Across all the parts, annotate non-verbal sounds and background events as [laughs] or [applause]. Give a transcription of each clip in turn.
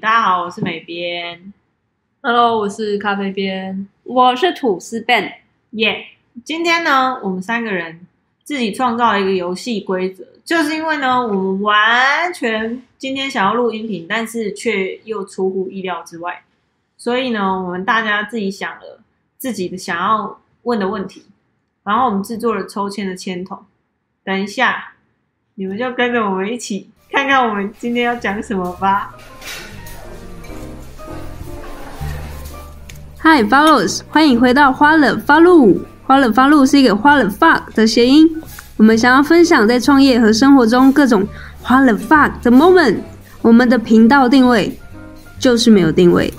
大家好，我是美编， Hello，我是咖啡边。我是吐司 Ben，耶、今天呢，我们三个人自己创造了一个游戏规则，就是因为呢，我们完全今天想要录音频，但是却又出乎意料之外，所以呢，我们大家自己想了自己的想要问的问题，然后我们制作了抽签的签筒。等一下，你们就跟着我们一起看看我们今天要讲什么吧。 Hi Follows，欢迎回到花冷发露。花冷发露是一个花冷 fuck 的谐音，我们想要分享在创业和生活中各种花冷 fuck 的 moment。我们的频道定位就是没有定位，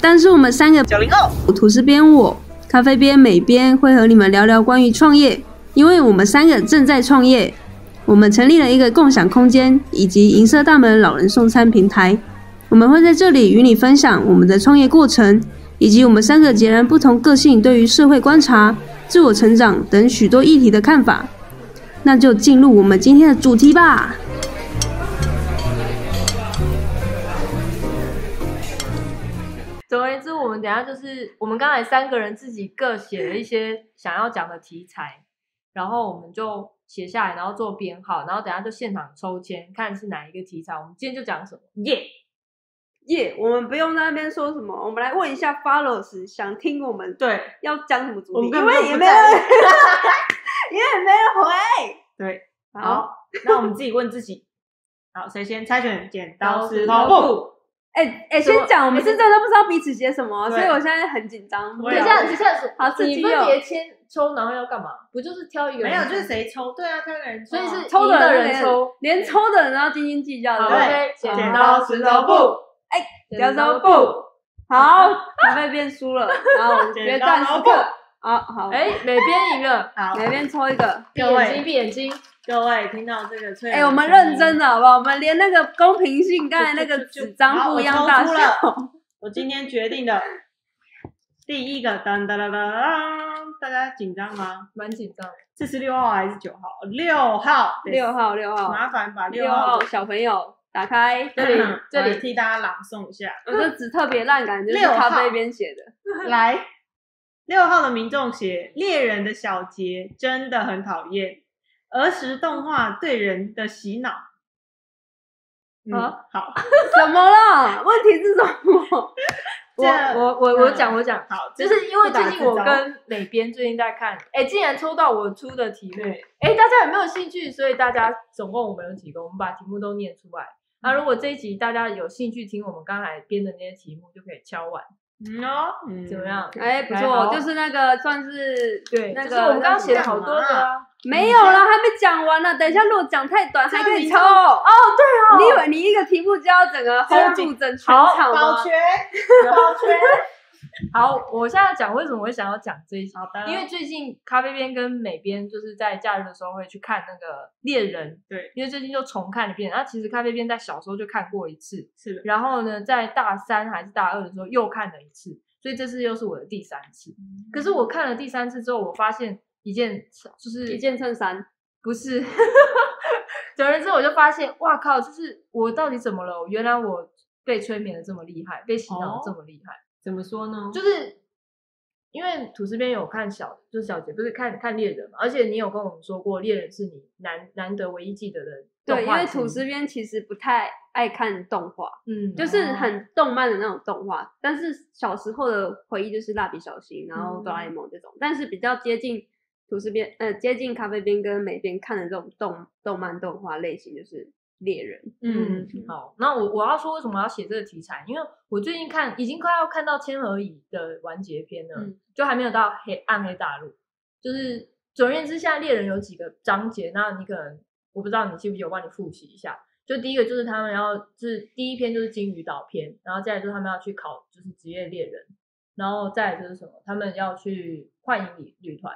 但是我们三个九零后吐司边我咖啡边美边会和你们聊聊关于创业，因为我们三个正在创业。我们成立了一个共享空间以及银色大门老人送餐平台，我们会在这里与你分享我们的创业过程，以及我们三个截然不同个性对于社会观察、自我成长等许多议题的看法。那就进入我们今天的主题吧。总而言之，我们等一下就是我们刚才三个人自己各写了一些想要讲的题材，然后我们就写下来，然后做编号，然后等一下就现场抽签，看是哪一个题材。我们今天就讲什么？耶、耶我们不用在那边说什么，我们来问一下 Follows 想听我们对，要讲什么主我们根因本为就也不没在有乎人，因为也没人回。对，好，好，那我们自己问自己。好，谁先猜拳？剪刀刀石石头头布。布。哎、哎、什么先讲，我们是真的不知道彼此写什么，对所以我现在很紧张。我等也一是下，等一下，好刺激你哦分别签抽，然后要干嘛？不就是挑一个人？没有，就是谁抽？对啊，那个人抽所啊。以是抽的赢的人人抽，连抽的人都要斤斤计较好的。对 OK，剪剪刀刀石石头头布布，哎，剪刀布。好，咖啡变输了，然后我们决战时刻。好好，哎，哎，每边赢了，好，哪边抽一个？闭各位眼睛，闭眼睛。各位听到这个催人的声音，哎，我们认真的好不好？我们连那个公平性，刚才那就个就就纸张不一样大好小。我今天决定的第一个，当当当当当，大家紧张吗？蛮紧张的，这是六号还是九号？六号，六，号，六号，麻烦把六号号，小朋友打开。这里嗯这里我来替大家朗诵一下，我这纸特别烂，感觉就是六号咖啡边写的。来。六号的民众写猎人的小杰真的很讨厌，儿时动画对人的洗脑。嗯啊，好，怎么了？问题是什么？我这我我我讲我讲，好，嗯就是因为最近我不打自招跟美编最近在看，哎，竟然抽到我出的题目，对哎，大家有没有兴趣？所以大家总共我们有几个，我们把题目都念出来。那、嗯如果这一集大家有兴趣听我们刚才编的那些题目，就可以敲完，嗯哦，嗯怎么？样？哎，不还好错，就是那个算是对，那就是个我们刚刚写了好多的啊，没有了，还没讲完呢。等一下，如果讲太短，还可以抽。哦，对哦。你以为你一个题目就要整个这样 hold 住整全场包吗 [laughs] 圈，有包圈。好，我现在讲为什么会想要讲这一集，好的，因为最近咖啡边跟美边就是在假日的时候会去看那个猎人，对，因为最近就重看一遍。然后其实咖啡边在小时候就看过一次，是的，然后呢，在大三还是大二的时候又看了一次，所以这次又是我的第三次。可是我看了第三次之后，我发现一件就是一件衬衫，不是， [laughs] 总而言之，我就发现，哇靠，就是我到底怎么了？原来我被催眠的这么厉害，被洗脑哦的这么厉害。怎么说呢？就是因为吐司边有看小，就是小杰不是看看猎人嘛，而且你有跟我们说过，猎人是你难难得唯一记得的对，动因画为之一吐司边其实不太爱看动画，嗯就是很动漫的那种动画。但是小时候的回忆就是蜡笔小新，然后嗯哆啦 A 梦这种，但是比较接近吐司边，呃，接近咖啡边跟美边看的这种动动漫动画类型，就是猎人。嗯，好，那我我要说为什么要写这个题材，因为我最近看已经快要看到《千和乙》的完结篇了，嗯就还没有到黑暗黑大陆。就是总而言之，现在猎人有几个章节，那你可能我不知道你记不记得，我帮你复习一下。就第一个就是他们要，就是第一篇就是金鱼岛篇，然后再来就是他们要去考就是职业猎人，然后再来就是什么，他们要去幻影旅旅团，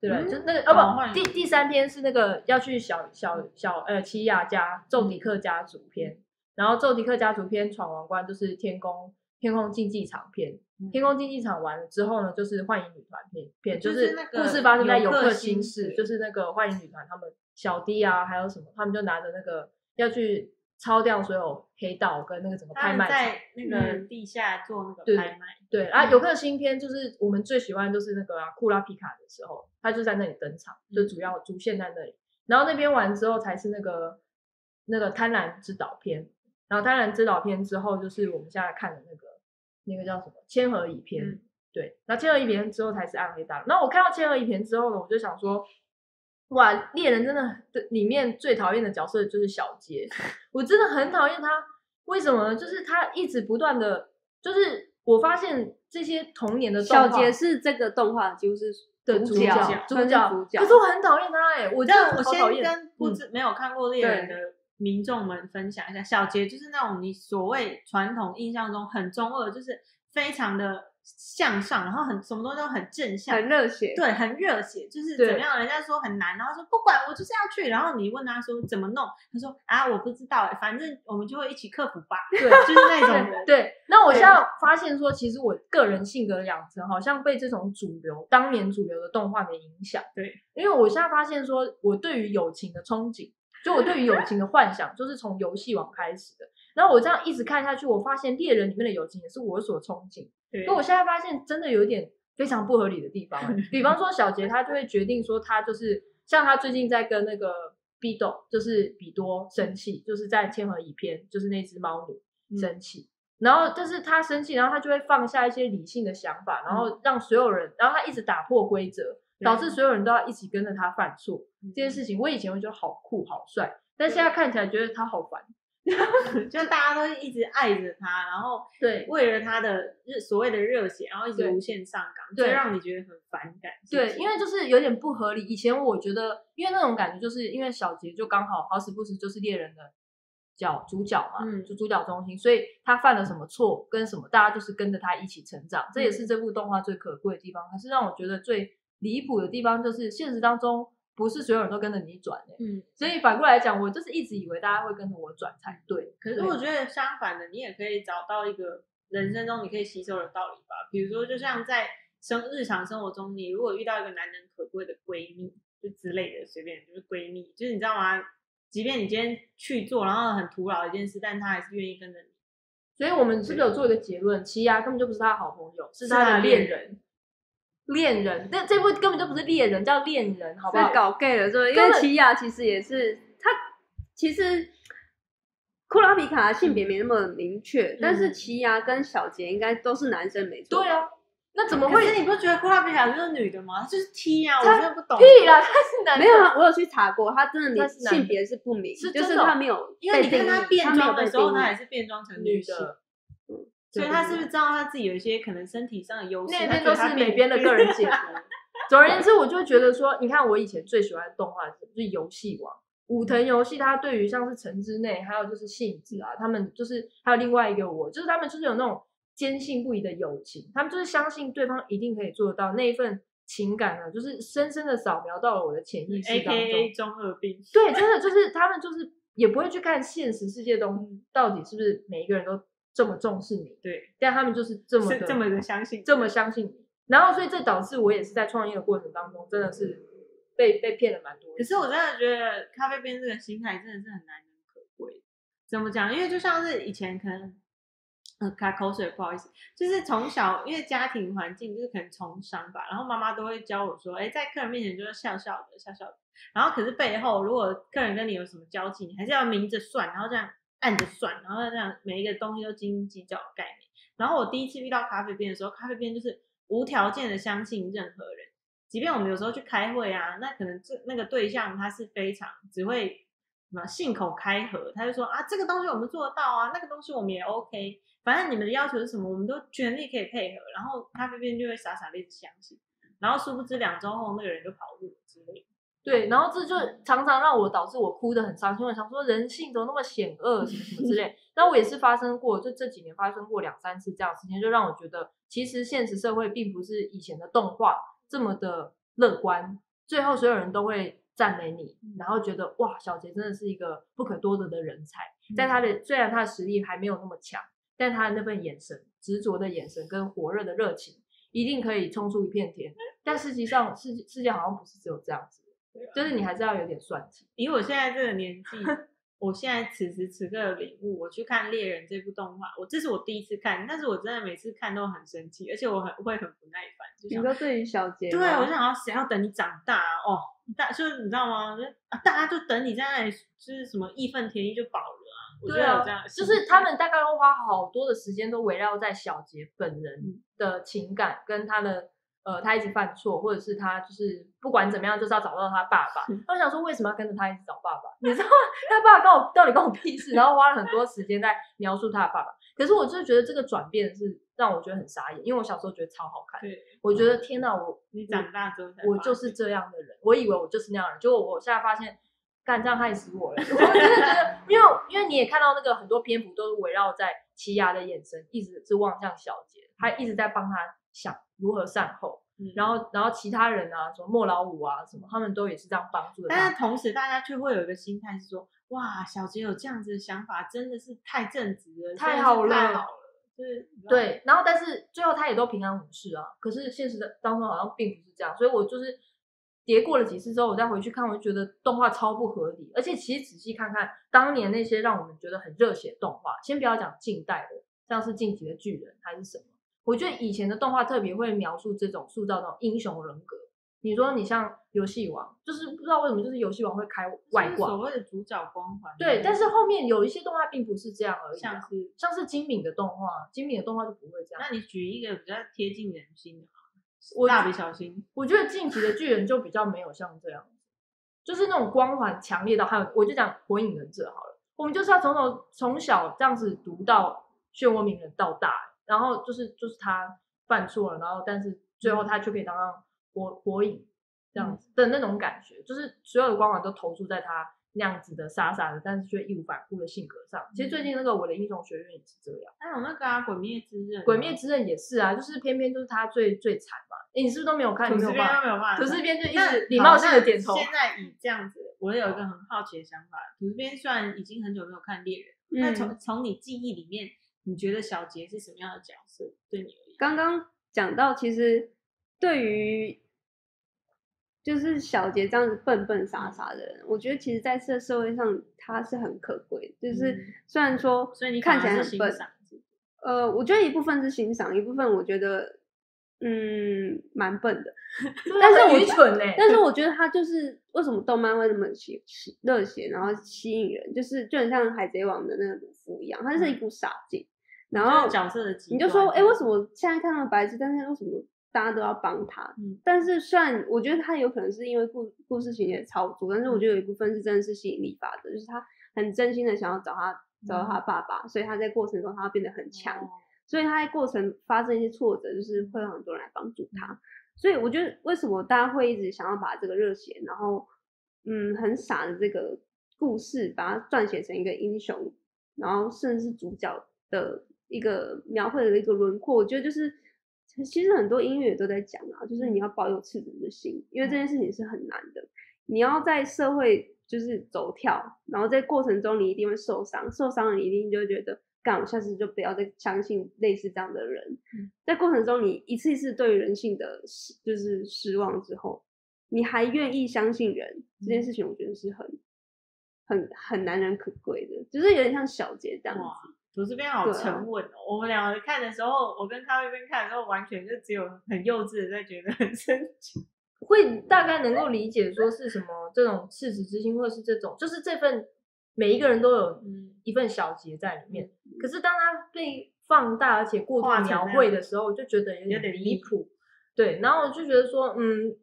对吧？嗯就是那个哦哦幻影不，第第三篇是那个要去小小小呃奇亚嗯家宙迪克家族篇，然后宙迪克家族篇闯王冠就是天宫天空竞技场篇嗯，天空竞技场完了之后呢，就是幻影女团篇篇，就就是是那个故事发生在游游客客新新世世，就是那个幻影女团他们小弟啊，还有什么，他们就拿着那个要去抄掉所有黑道跟那个整个他拍们卖场。嗯在嗯那个地下做那个对拍卖，对啊，有个新片就是我们最喜欢就是那个啊库拉皮卡的时候，他就在那里登场，嗯就主要主线在那里。然后那边完之后才是那个那个贪婪之岛篇，然后贪婪之岛篇之后就是我们现在看的那个那个叫什么千和乙篇，嗯对，然后千和乙篇之后才是暗黑大陆。然后我看到千和乙篇之后呢，我就想说。哇，猎人真的很对里面最讨厌的角色就是小 [laughs] 杰，我真的很讨厌他。为什么呢？就是他一直不断的，就是我发现这些童年的动小画杰是这个动画就是的主主角，主他是角，主角。可是我很讨厌他哎、我真的但我好讨先厌。嗯跟嗯不知没有看过猎人的民众们分享一下，小杰就是那种你所谓传统印象中很中二，就是非常的向上，然后很什么东西都很正向，很热血，对，很热血，就是对怎么样？人家说很难，然后说不管，我就是要去。然后你问他说怎么弄，他说啊，我不知道、欸，反正我们就会一起克服吧。就对是那种人， [laughs] 对，那我现在发现说，其实我个人性格的养成好像被这种主流当年主流的动画给影响。对，因为我现在发现说，我对于友情的憧憬，就我对于友情的幻想，就是从游戏王开始的。然后我这样一直看下去，我发现猎人里面的友情也是我所憧憬的。对可我现在发现真的有点非常不合理的地方欸。比方说小杰他就会决定说他就是像他最近在跟那个比斗，就是比多生气，就是在千和乙篇，就是那只猫女嗯生气。然后，但是他生气，然后他就会放下一些理性的想法，然后让所有人，然后他一直打破规则，嗯对导致所有人都要一起跟着他犯错。嗯这件事情，我以前会觉得好酷好帅，但现在看起来觉得他好烦。嗯就大家都一直爱着他，然后对为了他的热所谓的热血，然后一直对无限上纲，对就让你觉得很反感。是不对，是因为就是有点不合理。以前我觉得，因为那种感觉，就是因为小杰就刚好好死不死就是猎人的角主角嘛，嗯就主角中心，所以他犯了什么错跟什么，大家就是跟着他一起成长，这也嗯是这部动画最可贵的地方。可是让我觉得最离谱的地方，就是现实当中不是所有人都跟着你转的、嗯，所以反过来讲，我就是一直以为大家会跟着我转才对。可是对啊我觉得相反的，你也可以找到一个人生中你可以吸收的道理吧。比如说，就像在生日常生活中，你如果遇到一个难能可贵的闺蜜，就之类的，随便就是闺蜜，就是你知道吗？即便你今天去做，然后很徒劳的一件事，但她还是愿意跟着你。所以我们是不是有做一个结论？奇亚根本就不是他的好朋友，是是他他的的恋恋人。恋人，那这部根本就不是恋人，叫恋人，好不好是？搞 gay 了，对，因根为本奇亚其实也是他，其实库拉皮卡的性别没那么明确，但是奇亚跟小杰应该都是男生，没错。嗯对啊，那怎么可会？ [laughs] 是你不觉得库拉皮卡就是女的吗？她就是 T 啊，我她真的不懂。屁啦，他是男的，没有啊，我有去查过，他真的他连是男的性别是不明，是就真是的哦他没有因为你被看定义她变没有装的被时候，定义她也是变装成女性，的，嗯所以对她对是不是知道她自己有一些可能身体上的优势？她那边觉都得她是变美编的个 [laughs] 人解读。总而言之，我就会觉得说，你看我以前最喜欢的动画是什么就是游戏王。武藤游戏，它对于像是城之内，还有就是信子啊，他们就是还有另外一个我，就是他们就是有那种坚信不疑的友情，他们就是相信对方一定可以做得到那一份情感呢，就是深深的扫描到了我的潜意嗯识 A 当 K 中 A。中二病。对，真的就是他们就是也不会去看现实世界嗯中到底是不是每一个人都这么重视你，对，但他们就是这么是的这么的相信，这么相信你。然后，所以这导致我也是在创业的过程当中，真的是被被骗了蛮多可次。是我真的觉得咖啡边这个心态真的是很难能可贵。怎么讲？因为就像是以前可能，呃，卡口水，不好意思，就是从小因为家庭环境就是可能从商吧，然后妈妈都会教我说，哎，在客人面前就是笑笑的，笑笑的。然后可是背后如果客人跟你有什么交际，你还是要明着算，然后这样按着算，然后这样每一个东西都斤斤计较的概念。然后我第一次遇到咖啡店的时候，咖啡店就是无条件的相信任何人，即便我们有时候去开会啊，那可能这那个对象他是非常只会什么信口开河，他就说啊这个东西我们做得到啊，那个东西我们也 OK，反正你们的要求是什么，我们都全力可以配合。然后咖啡店就会傻傻的一直相信，然后殊不知两周后那个人就跑路之类的。对，然后这就常常让我导致我哭得很伤心，我想说人性怎么那么险恶，什么什么之类。那我也是发生过，就这几年发生过两三次这样的事情，就让我觉得其实现实社会并不是以前的动画这么的乐观，最后所有人都会赞美你，然后觉得哇，小杰真的是一个不可多得的人才。在他的虽然他的实力还没有那么强，但他的那份眼神、执着的眼神跟火热的热情，一定可以冲出一片天。但实际上，世世界好像不是只有这样子的，就是你还是要有点算计。以我现在这个年纪，我现在此时此刻的领悟，我去看《猎人》这部动画，我这是我第一次看，但是我真的每次看都很生气，而且我很会很不耐烦，就你想说对于小杰吗，对，我就想要谁要等你长大啊哦，大就是你知道吗？就啊大家就等你在那里，就是什么义愤填膺就饱了啊。我觉对得有啊这样的，心就态，是他们大概会花好多的时间都围绕在小杰本人的情感跟他的呃，他一直犯错，或者是他就是不管怎么样，就是要找到他爸爸。他们想说为什么要跟着他一直找爸爸？你知道吗？他爸爸跟我到底关我屁事？然后花了很多时间在描述他的爸爸。可是我就是觉得这个转变是让我觉得很傻眼，因为我小时候觉得超好看，对我觉得天哪，我你长大之后才我发就是这样的人，我以为我就是那样的人，结果我现在发现，干这样害死我了。 [laughs] 我真的觉得，因为因为你也看到那个很多篇幅都是围绕在奇亚的眼神，一直是望向小杰，他一直在帮他想如何善后。嗯然后，然后其他人啊，什么莫老五啊，什么他们都也是这样帮助的。但是同时，大家却会有一个心态是说，哇，小杰有这样子的想法，真的是太正直了，真太的是好太了好了，就是你知道对，然后但是最后他也都平安无事啊。可是现实的当中好像并不是这样，所以我就是叠过了几次之后，我再回去看，我就觉得动画超不合理。而且其实仔细看看当年那些让我们觉得很热血的动画，先不要讲近代的，像是《进击的巨人》还是什么，我觉得以前的动画特别会描述这种塑造那种英雄人格。你说你像游戏王，就是不知道为什么就是游戏王会开外就是所挂，谓的主角光环。对，但是后面有一些动画并不是这样而已啊、像是，像是精敏的动画，精敏的动画就不会这样。那你举一个比较贴近人心的好了，我蜡笔小新，我觉得《进击的巨人》就比较没有像这样，就是那种光环强烈到还有，我就讲《火影忍者》好了，我们就是要从头从小这样子读到漩涡鸣人到大，然后就是就是他犯错了，然后但是最嗯后他却可以当上火火影这样子的那种感觉，就是所有的光环都投注在他那样子的傻傻的，但是却义无反顾的性格上。其实最嗯近那个《我的英雄学院》也是这样。还有那个啊，《鬼灭之刃》啊， 《鬼灭之刃》也是啊，就是偏偏就是他最最惨嘛。诶你是不是都没有看？你吐没司有啊边都办法。没有办法吐看司边就一那直礼貌好性那的点头。现在以这样子，我有一个很好奇的想法，吐司边虽然已经很久没有看猎人，那嗯，从从你记忆里面，你觉得小杰是什么样的角色？对你而言，刚刚讲到，其实对于就是小杰这样子笨笨傻傻的人，我觉得其实在这社会上他是很可贵的，就是嗯虽然说所以你看反起来而很是欣笨赏这个呃，我觉得一部分是欣赏，一部分我觉得，嗯，蛮笨的。但是我啊愚蠢欸呢、但是我觉得他就是为什么动漫会那么吸吸热血，然后吸引人，就是就很像海贼王的那个鲁夫一样，他就是嗯一股傻劲。然就是后角色的极你就说，端哎、为什么现在看到白痴，但是为什么大家都要帮他？嗯但是虽然我觉得他有可能是因为故故事情节超足，但是我觉得有一部分是真的是吸引力法则，就是他很真心的想要找他找到他爸爸，所以他在过程中他变得很强。哦所以他在过程发生一些挫折，就是会有很多人来帮嗯助他。所以我觉得为什么大家会一直想要把这个热血，然后嗯很傻的这个故事，把它撰写成一个英雄，然后甚至是主角的一个描绘的一个轮廓，我觉得就是。其实很多音乐都在讲啊，就是你要保有赤子之心，因为这件事情是很难的。你要在社会就是走跳，然后在过程中你一定会受伤，受伤了你一定就会觉得，干，我下次就不要再相信类似这样的人。嗯在过程中，你一次一次对于人性的失就是失望之后，你还愿意相信人嗯这件事情，我觉得是很很很难能可贵的，就是有点像小杰这样哇子。吐司边好对啊沉稳哦。我们两个看的时候，我跟咖啡边看的时候，完全就只有很幼稚的在觉得很生气。会大概能够理解说是什么这种赤子之心，或者是这种，就是这份每一个人都有嗯，一份小节在里面。可是当它被放大而且过画度成描那绘样的时候，我就觉得有有点点离离谱。对，然后我就觉得说，嗯，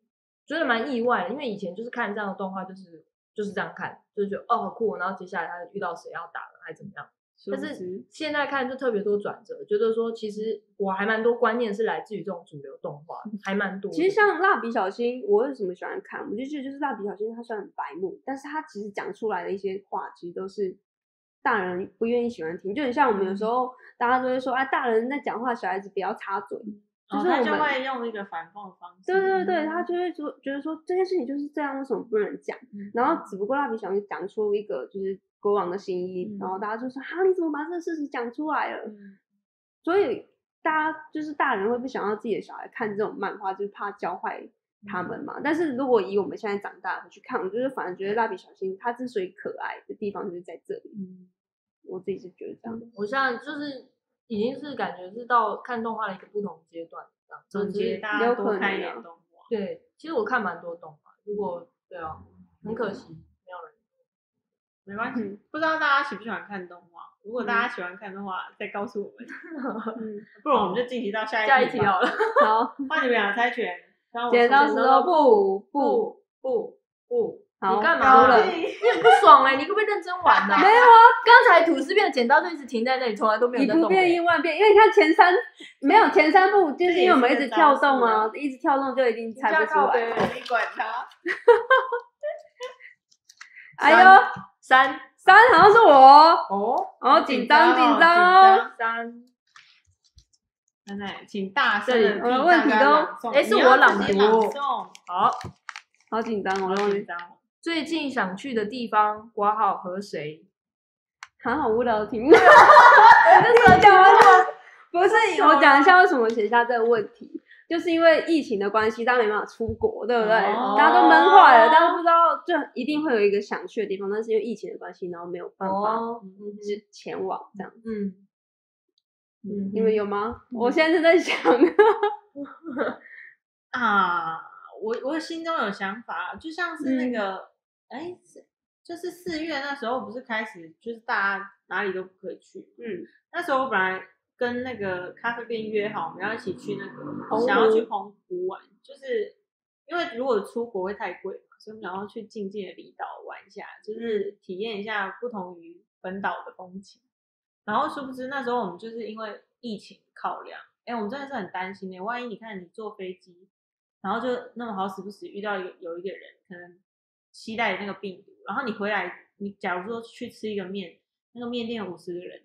觉得蛮意外的，因为以前就是看这样的动画，就是就是这样看，就觉得哦好酷哦，然后接下来他遇到谁要打了还怎么样。但殊不知是现在看就特别多转折，觉得说其实我还蛮多观念是来自于这种主流动画，还蛮多的。其实像蜡笔小新，我为什么喜欢看？我就觉得就是蜡笔小新，他虽然很白目，但是他其实讲出来的一些话，其实都是大人不愿意喜欢听。就很像我们有时候大家都会说，啊，大人在讲话，小孩子不要插嘴。哦就是他我就们会用一个反讽的方式。对对对，嗯他就会说觉得说这件事情就是这样，为什么不能讲？嗯然后只不过蜡笔小新讲出一个就是国王的新衣，然嗯后大家就说啊，你怎么把这个事实讲出来了？嗯所以大家就是大人会不想要自己的小孩看这种漫画，就是怕教坏他嗯们嘛。但是如果以我们现在长大的去看，我就是反而觉得蜡笔小新它之所以可爱的地方就是在这里，嗯，我自己是觉得这样的。我现在就是已经是感觉是到看动画的一个不同阶段，这样总就是结大家有可多看一能点啊动画。对，其实我看蛮多动画，如果对啊，很可惜没有人。没关系嗯，不知道大家喜不喜欢看动画。如果嗯大家喜欢看动画，再告诉我们， [laughs] 嗯，不然我们就晋级到下一下一题哦吧好了， [laughs] 好，换你们俩猜拳，然后我剪刀石出头布布，不不不，好，你干输嘛了了。你很不爽哎、你可不可以认真玩呢、没有啊，刚才吐司变的剪刀就一直停在那里，从来都没有以在不动、变欸。应万变，因为你看前三没有前三步，就是因为我们一直跳动啊，一直跳动就已经猜不出来。你管他。哎呦，三三好像是我哦，哦，哦紧张紧张哦，三，真的，请大声的这里我的问题都诶是我朗读诵，好。好紧张哦，好终紧于，张哦。最近想去的地方，挂号和谁？好好无聊的题目。我就讲完了，不是我讲一下为什么写下这个问题。就是因为疫情的关系，大家没办法出国，对不对？哦大家都闷坏了，大家不知道，就一定会有一个想去的地方，但是因为疫情的关系，然后没有办法之前往这样。哦嗯嗯，你们有吗？我现在正在想，啊，我我心中有想法，就像是那个，哎、是就是四月那时候不是开始，就是大家哪里都不可以去。嗯，那时候我本来跟那个咖啡店约好，我们要一起去那澎个，湖想要去澎湖玩，就是因为如果出国会太贵嘛，所以我们想要去近近的离岛玩一下，就是体验一下不同于本岛的风情。然后殊不知那时候我们就是因为疫情考量，哎、我们真的是很担心的、万一你看你坐飞机，然后就那么好死不死遇到有有一个人可能携带那个病毒，然后你回来，你假如说去吃一个面，那个面店有五十个人，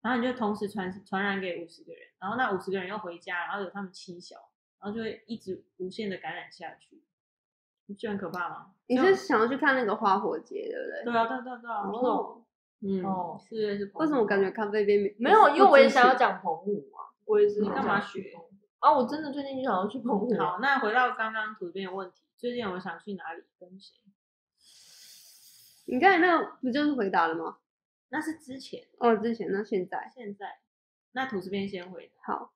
然后你就同时传传染给五十个人，然后那五十个人又回家，然后有他们七小，然后就会一直无限的感染下去，你不觉得很可怕吗？你嗯就是想要去看那个花火节，对不对？对啊，对啊对啊对啊，哦，嗯，哦四月是为什么我感觉咖啡边没没有，因为我也想要不讲澎湖啊，我也是。你干嘛学？啊，我真的最近就想要去澎湖啊。好，那回到刚刚图片的问题，最近我想去哪里跟谁？支持？你刚才那个不就是回答了吗？那是之前，哦，之前那现在现在。那土司边先回答，好，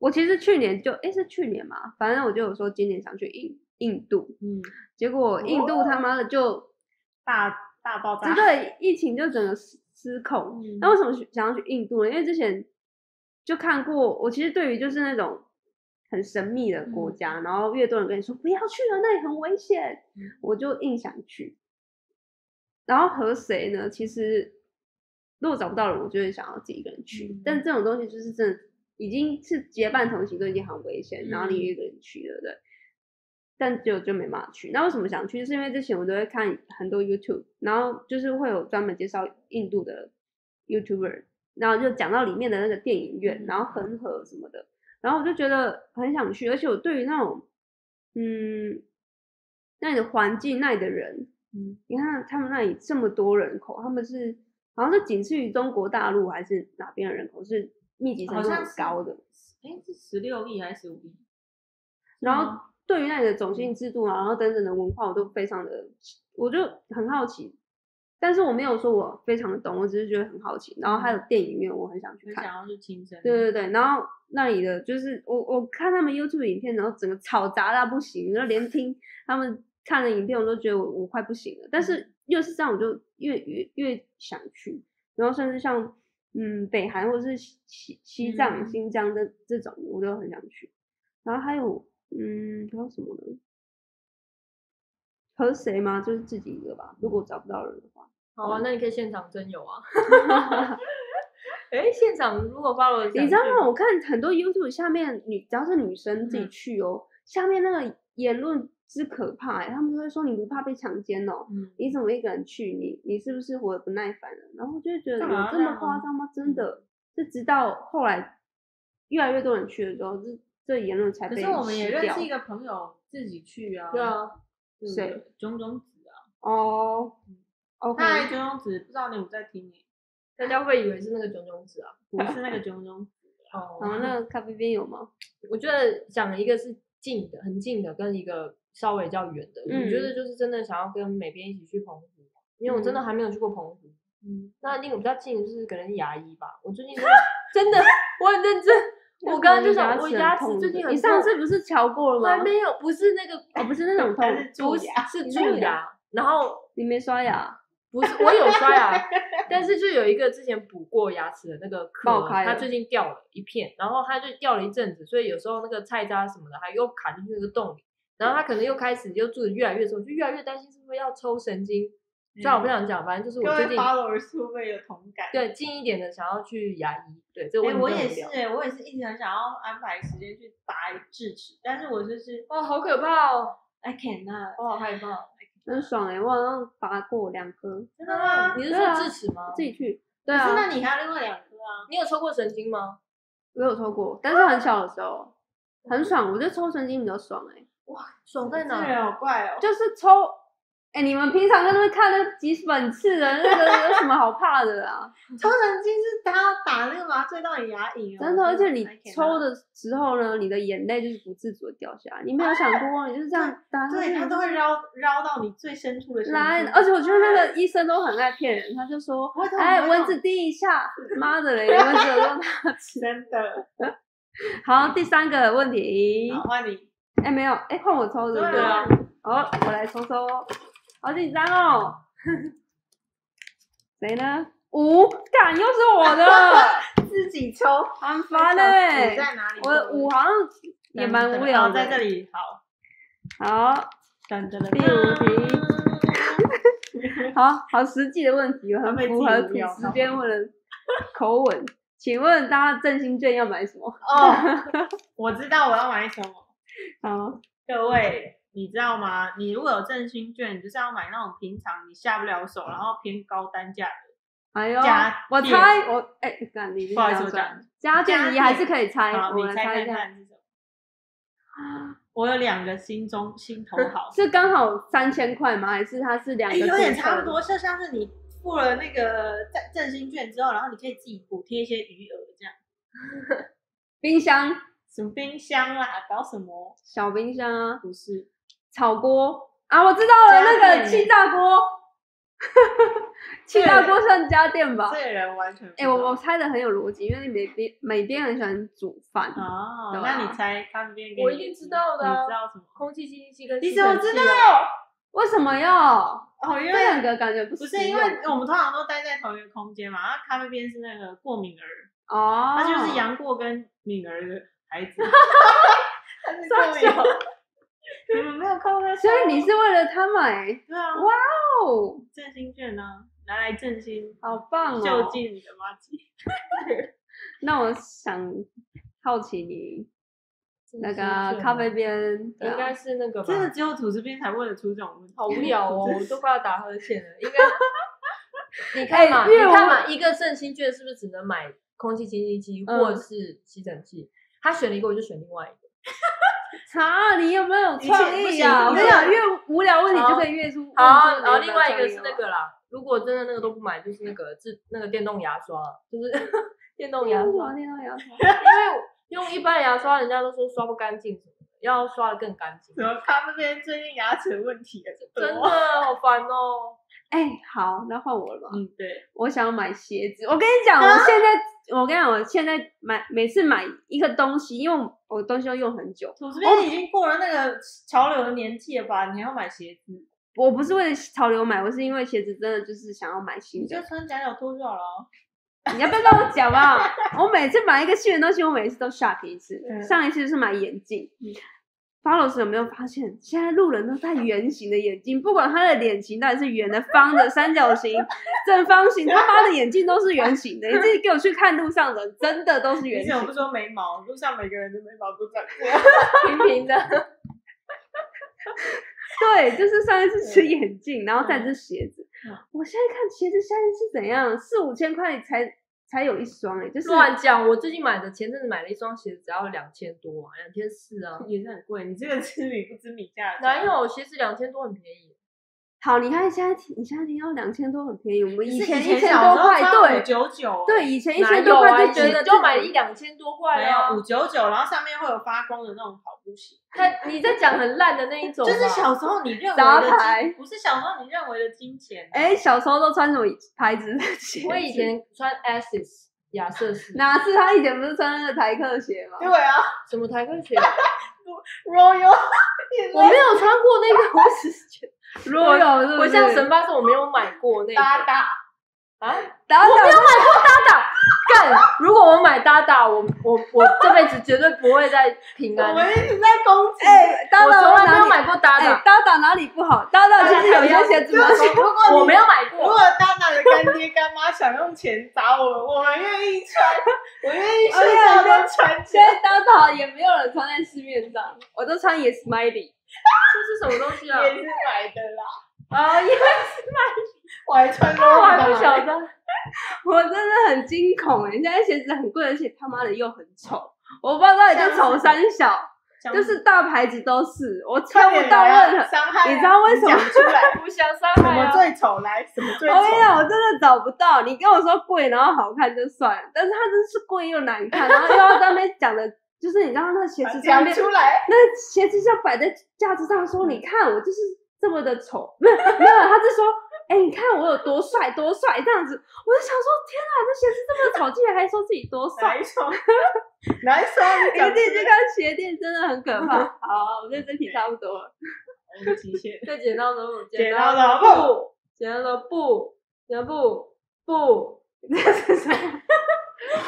我其实去年就诶是去年嘛，反正我就有说今年想去印印度，嗯，结果印度哦他妈的就大大爆炸，这个疫情就整个失失控。嗯那为什么去想要去印度呢？因为之前就看过，我其实对于就是那种很神秘的国家，然后越多人跟你说不要去了，那里很危险，嗯我就硬想去。然后和谁呢？其实如果找不到人，我就会想要自己一个人去。嗯但这种东西就是真的已经是结伴同行都已经很危险，然后你嗯一个人去，对不对？但就就没办法去。那为什么想去？就是因为之前我都会看很多 YouTube，然后就是会有专门介绍印度的 YouTuber，然后就讲到里面的那个电影院，嗯然后恒河什么的，然后我就觉得很想去，而且我对于那种，嗯，那里的环境、那里的人，嗯，你看他们那里这么多人口，他们是好像是仅次于中国大陆还是哪边的人口是密集程好度像很是高的，哎，是十六亿还是十五亿？然嗯后对于那里的种姓制度啊，然后等等的文化，我都非常的，我就很好奇。但是我没有说我非常的懂，我只是觉得很好奇。然后还有电影院，我很想去嗯很看。想要去亲身，对对对，然后那里的就是我我看他们 YouTube 影片，然后整个吵杂到不行，然后连听他们看的影片，我都觉得我我快不行了。嗯但是越是这样，我就越越越想去，然后甚至像嗯北韩或者是西西西藏、嗯新疆这这种，我都很想去。然后还有嗯还有什么呢？和谁吗？就是自己一个吧。如果找不到人的话，好啊，那你可以现场真有啊。 [laughs] 哎，现场如果 follow，你知道吗？我看很多 YouTube 下面女，只要是女生自己嗯去哦，下面那个言论之可怕、欸，他们都会说你不怕被强奸哦，嗯，你怎么一个人去？你你是不是活得不耐烦了？然后我就会觉得有干嘛这这么样夸啊张吗？真的，就直到后来越来越多人去的时候，这这言论才可被是我们也洗认掉识一个朋友自己去啊，对，啊，对不谁对？种种子啊，哦。嗯 OK，他还种种子，不知道你有没有在听欸诶，大家会不会以为是那个种种子啊。 [laughs] 不是那个种种子，哦然后那个咖啡边有吗？我觉得讲了一个是近的、很近的跟一个稍微比较远的，嗯我觉得就是真的想要跟美编一起去澎湖，因为我真的还没有去过澎湖。嗯，那另一个比较近的就是可能是牙医吧，我最 [laughs] 近真的真的我很认真，我刚刚就想我牙齿最近很你上痛次不是瞧过了还吗？没有，不是那个，哦，不是那种但痛，是蛀不是牙，是你蛀那个牙，然后你没刷牙，不是，我有刷牙，但是就有一个之前补过牙齿的那个壳爆，开了它最近掉了一片，然后它就掉了一阵子，所以有时候那个菜渣什么的，还又卡进去那个洞里，然后它可能又开始又蛀的越来越深，我就越来越担心是不是要抽神经。虽然我不想讲，反正就是各我位最近 followers 嗯会不会有同感？对近一点的想要去牙医，对这个哎、问题我真的也很是、无聊哎，我也是一直很想要安排时间去拔智齿，但是我就是哇，好可怕哦， I cannot。我好害怕。哦很爽哎、我好像拔过两颗，真的吗？你是对说啊智齿吗？自己去。对嗯可是啊，那你还有另外两颗啊？你有抽过神经吗？我有抽过，但是很小的时候，很爽。我觉得抽神经比较爽哎、爽在这个人好怪哦。就是抽。哎、你们平常就是会看那几本次的那个有什么好怕的啊？抽神经是他打那个麻醉到你牙龈哦，[laughs] 真的，而且你 I cannot 抽的时候呢，你的眼泪就是不自主的掉下来，你没有想过，哦你就是这样打下去，对，他都会绕绕到你最深处的神来，经嗯而且我觉得那个医生都很爱骗人，他就说不会痛，哎，不会蚊痛子叮 [laughs] 一下，妈的嘞，蚊子有多大？真的。 [laughs] 好，第三个问题好，，换你。哎，没有，哎，换我抽是不是对？啊好，我来抽抽，好紧张哦。 [laughs] 谁呢？五，干，又是 [laughs] 我的，自己 [laughs] 抽，很烦嘞你。在哪里？哎我的五好像也蛮无聊哦在这的。里，好，好，等等等。第五嗯题好好实际的问题，哦很被自符己合无主聊持到边问的口吻。请问大家振兴券要买什么？ [laughs] 哦， [laughs] 我知道我要买什么。好，各位，你知道吗？你如果有振兴券，你就是要买那种平常你下不了手，然后偏高单价的。哎呦家，我电猜我哎，干你不好意思我我讲家家电你电还是可以猜，好，我你来猜一看下，，看是什么？我有两个心中心头好是刚好三千块吗？还是它是两哎个注册有的？点差不多，就像是你付了那个振振兴券之后，然后你可以自己补贴一些余额这样。冰箱，什么冰箱啦，搞什么？小冰箱啊，不是，炒锅啊，我知道了，家那个电气炸锅， [laughs] 气炸锅算家电吧这？个人完全不哎，我懂我猜的很有逻辑，因为你每边每边很喜欢煮饭，哦，对啊那你猜他们变给我你一定知你道的啊你知道什么？空气清新器跟你吸怎么尘知器道啊？为什么要？哦，因这为两个感觉不不不是因为我们通常都待在同一个空间嘛，然后咖啡边是那个过敏儿，哦，他就是杨过跟敏儿的孩子，他是过敏傻 [laughs] 笑儿。你们没有看过那个所笑话吗？以你是为了他买对啊，哇哦，振兴券呢，拿来振兴好棒就哦！近你的妈鸡。那我想好奇你那个咖啡边，对应啊该是那个吧？真的只有主持编才问得出这种问题， [laughs] 好无聊哦，我都快要打呵欠了。应 [laughs] 该你哎看嘛，因为你看我嘛，一个振兴券是不是只能买空气清新机嗯或是吸尘器？他选了一个，我就选另外一个。查你有没有你创这不意行啊？我你跟你这讲，越无聊问题好就可以越出。问出好，你嗯然后有另没有外一创个意是那哦个啦。如果真的那个都不买，就是那个自那个电动牙刷，就是 [laughs] 电动牙为什刷么，电动牙刷？因为用一般的牙刷，人家都说刷不干净什么的，要刷的更干 [laughs] [laughs] 净怎。么咖啡边最近牙齿的问题也是多真的好 [laughs] 烦哦！哎，好，那换我了吧。嗯，对，我想买鞋子。我跟你讲，我 [laughs] 现在，我跟你讲，我现在买每次买一个东西，因为我我东西要用很久，主持编已经过了那个潮流的年纪了吧？你还要买鞋子？我不是为了潮流买，我是因为鞋子真的就是想要买新你的就。穿夹脚拖就好了哦。你要不要让我讲吧？我每次买一个新的东西，我每次都 shock 一次。嗯上一次是买眼镜。巴老师有没有发现，现在路人都戴圆形的眼镜，不管他的脸型到底是圆的、方的、三角形、正方形，他妈的眼镜都是圆形的。你自己给我去看路上的人，真的都是圆你形怎么不。说眉毛？路上每个人的眉毛都长这样。平平的， [laughs] 对，就是上一次是眼镜，然后再是鞋子嗯。我现在看鞋子现在是怎样，四五千块才才有一双哎、就是乱讲！我最近买的，前阵子买了一双鞋子，只要两千多啊，两千 [laughs] 四啊。也是很贵，你这个知米不知米价？哪？有鞋子两千多很便宜？好，你看现在提你现在听到两千多很便宜，我们以是前以一前千多块，对九九，哎对，以哎前一哪千有多啊？块你就觉得就自买己一两千多块没啊有！五九九，然后上面会有发光的那种跑步鞋，他你在讲很烂的那一种啊就吧，是小时候你认为杂的牌金，不是小时候你认为的金钱。啊哎，小时候都穿什么牌子的鞋？我以前穿 Asics 亚瑟士，哪是他以前不是穿那个台客鞋吗？对啊什么台客鞋？ [laughs] ，Royal， [laughs] 我没有穿过那个，我只是觉得如果有，是不是我像神巴是我没有买过那个搭搭，啊。打我没打有买过搭档，干！如果我买搭档，我我我这辈子绝对不会再平我安。们一直在攻击。哎，打我打从来没哪有里买过搭哎档，，搭档哪里不好？搭档其实有些鞋子啊如蛮果你我没有买如过果。大大的干爹干妈想用钱砸我们，我们愿意穿，我愿意睡觉都穿起现来。在搭档也没有人穿在市面上，我都穿 Yes Smiley。这是什么东西啊？也是买的啦，啊，因为我还穿过。我还不晓得。我真的很惊恐哎、欸，现在鞋子很贵，而且他妈的又很丑，我不知道到底在丑三小，就是大牌子都是，我挑不到任何。伤害啊， [laughs] 你知道为什么你讲出 [laughs] 来？不相伤什害么啊！最丑来？什么最丑我？跟你讲，我真的找不到。你跟我说贵，然后好看就算了，但是它真是贵又难看，然后又要在那边讲的，就是你知道那鞋子上讲面，出来，那鞋子像摆在架子上说，你看我就是这么的丑，没有没有，他是说，哎、你看我有多帅多帅这样子，我就想说，天啊，这鞋子这么丑，竟然还说自己多帅哪，一 [laughs] 双？哪一双？你你讲自己去看鞋垫，真的很可怕。好啊，我觉得这题差不多了。我们极限。再剪刀手，剪刀手布，剪刀手布，剪刀布布，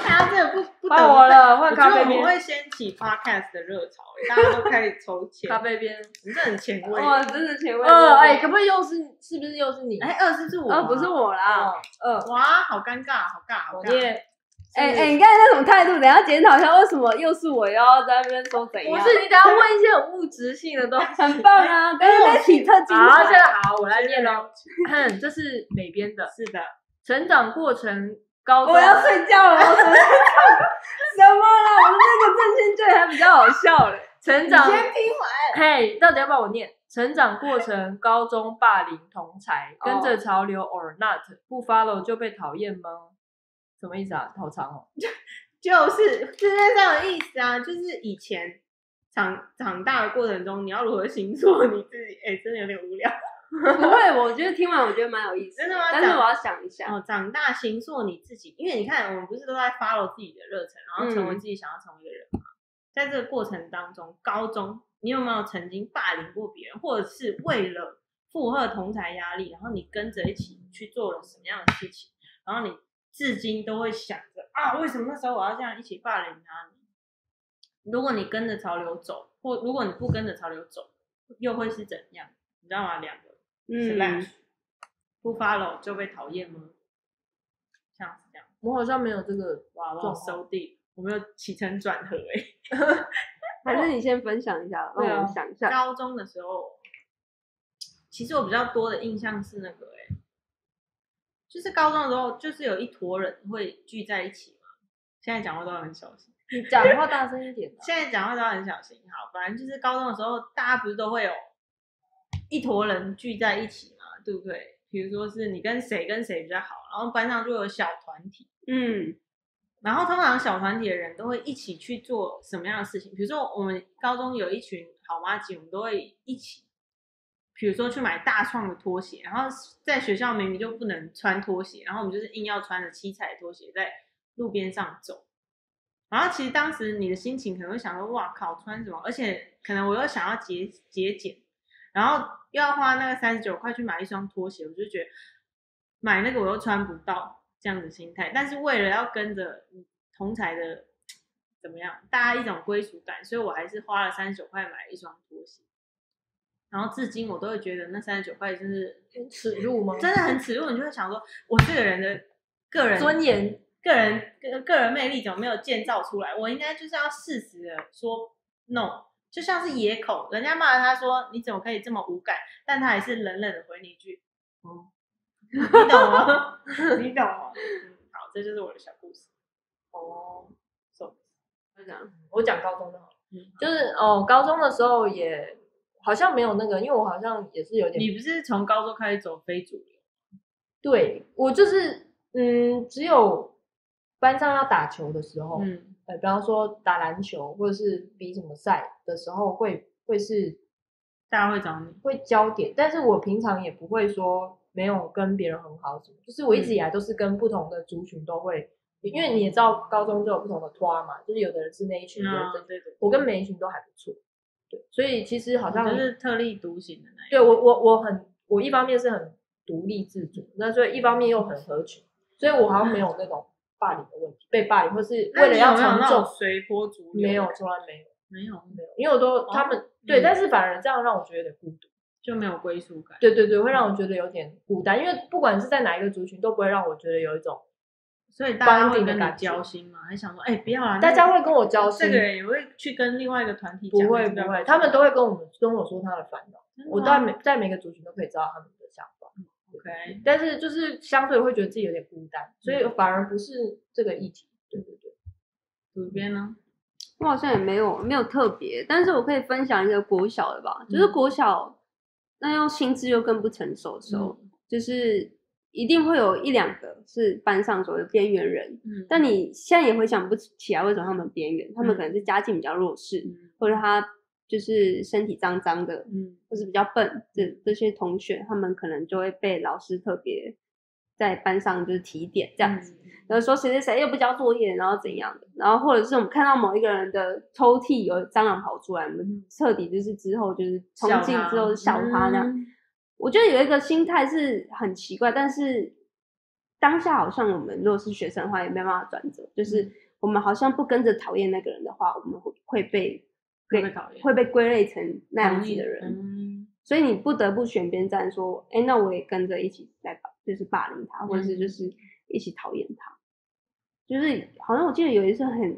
大家真的不不换懂我。了，换我觉咖得啡我们边，会掀起 podcast 的热潮，欸大家都开始抽 [laughs] 签咖，啡边。你这很前卫。哇，真的前卫。呃，哎，哦可不可以又是是不是又是你？哎，二是不是我？呃，不是。我啦。呃，哇，好尴尬，好尬，好我尬。念。哎哎，你看那种态度，等一下检讨一下，为什么又是我又要在那边说怎不样？是你哎等下问一些很物质性的东西。很棒啊，但是那体特精好，现彩。在好，我来念 [laughs] 喽。这是美编的是的，成长过程，高中我要睡觉了，我怎么什么啦？我们那个正先卷还比较好笑欸嘞。成你长，先听完。嘿，到底要不要我念？成长过程，高中霸凌同才，哦跟着潮流 or not，不 follow 就被讨厌吗？什么意思啊？好长哦。就是字面上的意思啊，就是以前长长大的过程中，你要如何形塑你自己？哎、真的有点无聊。不会，我觉得听完我觉得蛮有意思的，真的吗但是讲我要想一下，哦，长大形塑你自己，因为你看，我们不是都在 follow 自己的热忱，然后成为自己想要成为的人嘛。在这个过程当中，高中你有没有曾经霸凌过别人，或者是为了负荷同才压力，然后你跟着一起去做了什么样的事情，然后你至今都会想着啊，为什么那时候我要这样一起霸凌他呢？如果你跟着潮流走，或如果你不跟着潮流走，又会是怎样？你知道吗？两个是烂嗯，熟不 follow 就被讨厌吗？像是这样，我好像没有这个，哇，我状有况收地，我没有起承转合哎、还是你先分享一下，让对啊我想一下。 [laughs] 高中的时候，其实我比较多的印象是那个哎、就是高中的时候，就是有一坨人会聚在一起嘛。现在讲话都很小心，你讲话大声一点啊。现在讲话都很小心。好，反正就是高中的时候，大家不是都会有一坨人聚在一起嘛，对不对？比如说是你跟谁跟谁比较好，然后班上就有小团体。嗯，然后通常小团体的人都会一起去做什么样的事情？比如说我们高中有一群好妈吉，我们都会一起，比如说去买大创的拖鞋，然后在学校明明就不能穿拖鞋，然后我们就是硬要穿着七彩的拖鞋在路边上走。然后其实当时你的心情可能会想说，哇靠，穿什么？而且可能我又想要节节俭，然后又要花那个三十九块去买一双拖鞋，我就觉得买那个我又穿不到这样子心态。但是为了要跟着同才的怎么样，大家一种归属感，所以我还是花了三十九块买了一双拖鞋。然后至今我都会觉得那三十九块真是耻辱吗？真的很耻辱，你就会想说，我这个人的个人尊严。个人个个人魅力怎么没有建造出来？我应该就是要适时的说 no，就像是野口，人家骂他说你怎么可以这么无感，但他还是冷冷的回你一句，哦，你懂吗？ [laughs] 你懂吗？嗯，好，这就是我的小故事。哦，就这样我讲高中的好了嗯，就是哦，高中的时候也好像没有那个，因为我好像也是有点你不是从高中开始走非主流？对我就是嗯，只有班上要打球的时候，嗯，呃，比方说打篮球或者是比什么赛的时候会会是大家会找你。会焦点，但是我平常也不会说没有跟别人很好什么，就是我一直嗯以来都是跟不同的族群都会，因哦为你也知道高中就有不同的拖嘛，就是有的人是那一群，有的人嗯是这对对，我跟每一群都还不错，对，所以其实好像你哦就是特立独行的那一对我我我很我一方面是很独立自主，那所以一方面又很合群，所以我好像没有那种霸凌的问题，被霸凌或是那为了你要有没有成那种就，随波逐流？没有从来没有没有没有，因为我都他们、对，嗯但是反而这样让我觉得有点孤独。就没有归属感。对对对，会让我觉得有点孤单，因为不管是在哪一个族群，都不会让我觉得有一种所以大家帮会你的跟你感觉交心嘛？还想说，哎、不要啦，大那家个会跟我交心这，个人也会去跟另外一个团体不讲，会这个不人会，他们都会跟我们跟我说他的烦恼，真的我吗在每在每个族群都可以知道他们的想法， OK，但是就是相对会觉得自己有点孤单，所以嗯反而不是这个议题，对对对，主编呢？我好像也没有没有特别，但是我可以分享一个国小的吧，就是嗯国小，那又心智又更不成熟的时候，嗯就是一定会有一两个是班上所谓的边缘人，嗯但你现在也回想不起来为什么他们边缘，他们嗯可能是家境比较弱势，嗯或者他就是身体脏脏的，嗯或是比较笨这这些同学，他们可能就会被老师特别在班上就是提点这样子。嗯然后说谁谁谁又不交作业，然后怎样的，然后或者是我们看到某一个人的抽屉有蟑螂跑出来，我们彻底就是之后就是冲笑进嗯他之后就笑他这样。嗯我觉得有一个心态是很奇怪，但是当下好像我们如果是学生的话，也没办法转折，嗯就是我们好像不跟着讨厌那个人的话，我们会会被会被讨厌会被归类成那样同子意的人。嗯所以你不得不选边站，说，哎，那我也跟着一起来霸，就是霸凌他，或者是就是一起讨厌他。就是好像我记得有一次很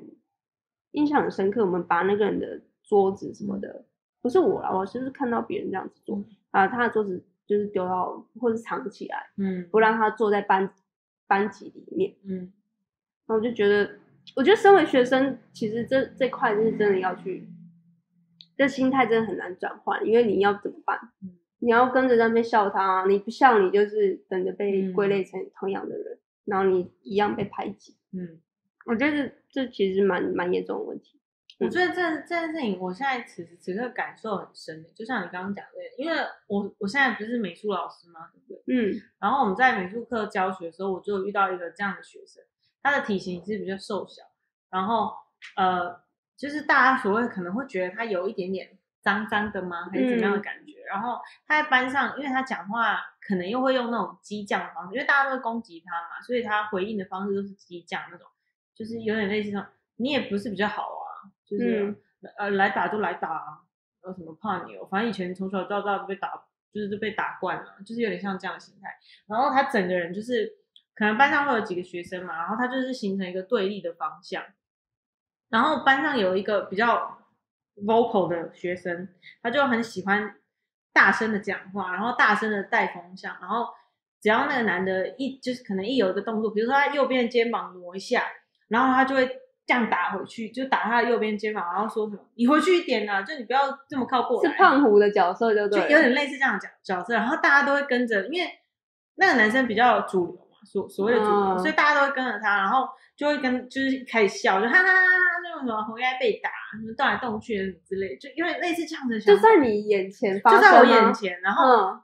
印象很深刻，我们把那个人的桌子什么的，不是我啦，我就是看到别人这样子做，把他的桌子就是丢到或者藏起来，嗯不让他坐在班班级里面。嗯，然后我就觉得，我觉得身为学生，其实这这块就是真的要去，这心态真的很难转换，因为你要怎么办嗯？你要跟着在那边笑他、啊，你不笑你就是等着被嗯归类成同样的人，然后你一样被排挤。嗯，我觉得这这其实蛮蛮严重的问题。我觉得这这件事情，我现在此时此刻感受很深的，就像你刚刚讲的，因为我我现在不是美术老师嘛，对不对？嗯然后我们在美术课教学的时候，我就有遇到一个这样的学生，他的体型是比较瘦小，然后呃，就是大家所谓可能会觉得他有一点点脏脏的吗，还是怎么样的感觉？然后他在班上，因为他讲话可能又会用那种激将的方式，因为大家都会攻击他嘛，所以他回应的方式都是激将那种，就是有点类似那种你也不是比较好啊，就是、呃来打就来打啊，有什么怕你哦？反正以前从小到大都被打，就是都被打惯了，就是有点像这样的心态。然后他整个人就是，可能班上会有几个学生嘛，然后他就是形成一个对立的方向。然后班上有一个比较 vocal 的学生，他就很喜欢大声的讲话，然后大声的带风向，然后只要那个男的一就是可能一有一个动作，比如说他右边的肩膀挪一下，然后他就会这样打回去，就打他的右边肩膀，然后说什么“你回去一点啊，就你不要这么靠过是来”，胖虎的角色就就对了，有点类似这样的角角色，然后大家都会跟着，因为那个男生比较主流嘛，所所谓的主流，嗯所以大家都会跟着他，然后就会跟就是开始笑，就哈哈哈哈那种什么活该被打，什么动来动去的什么之类的，就因为类似这样的想就法，在你眼前发就生在我啊眼前，哦然后嗯，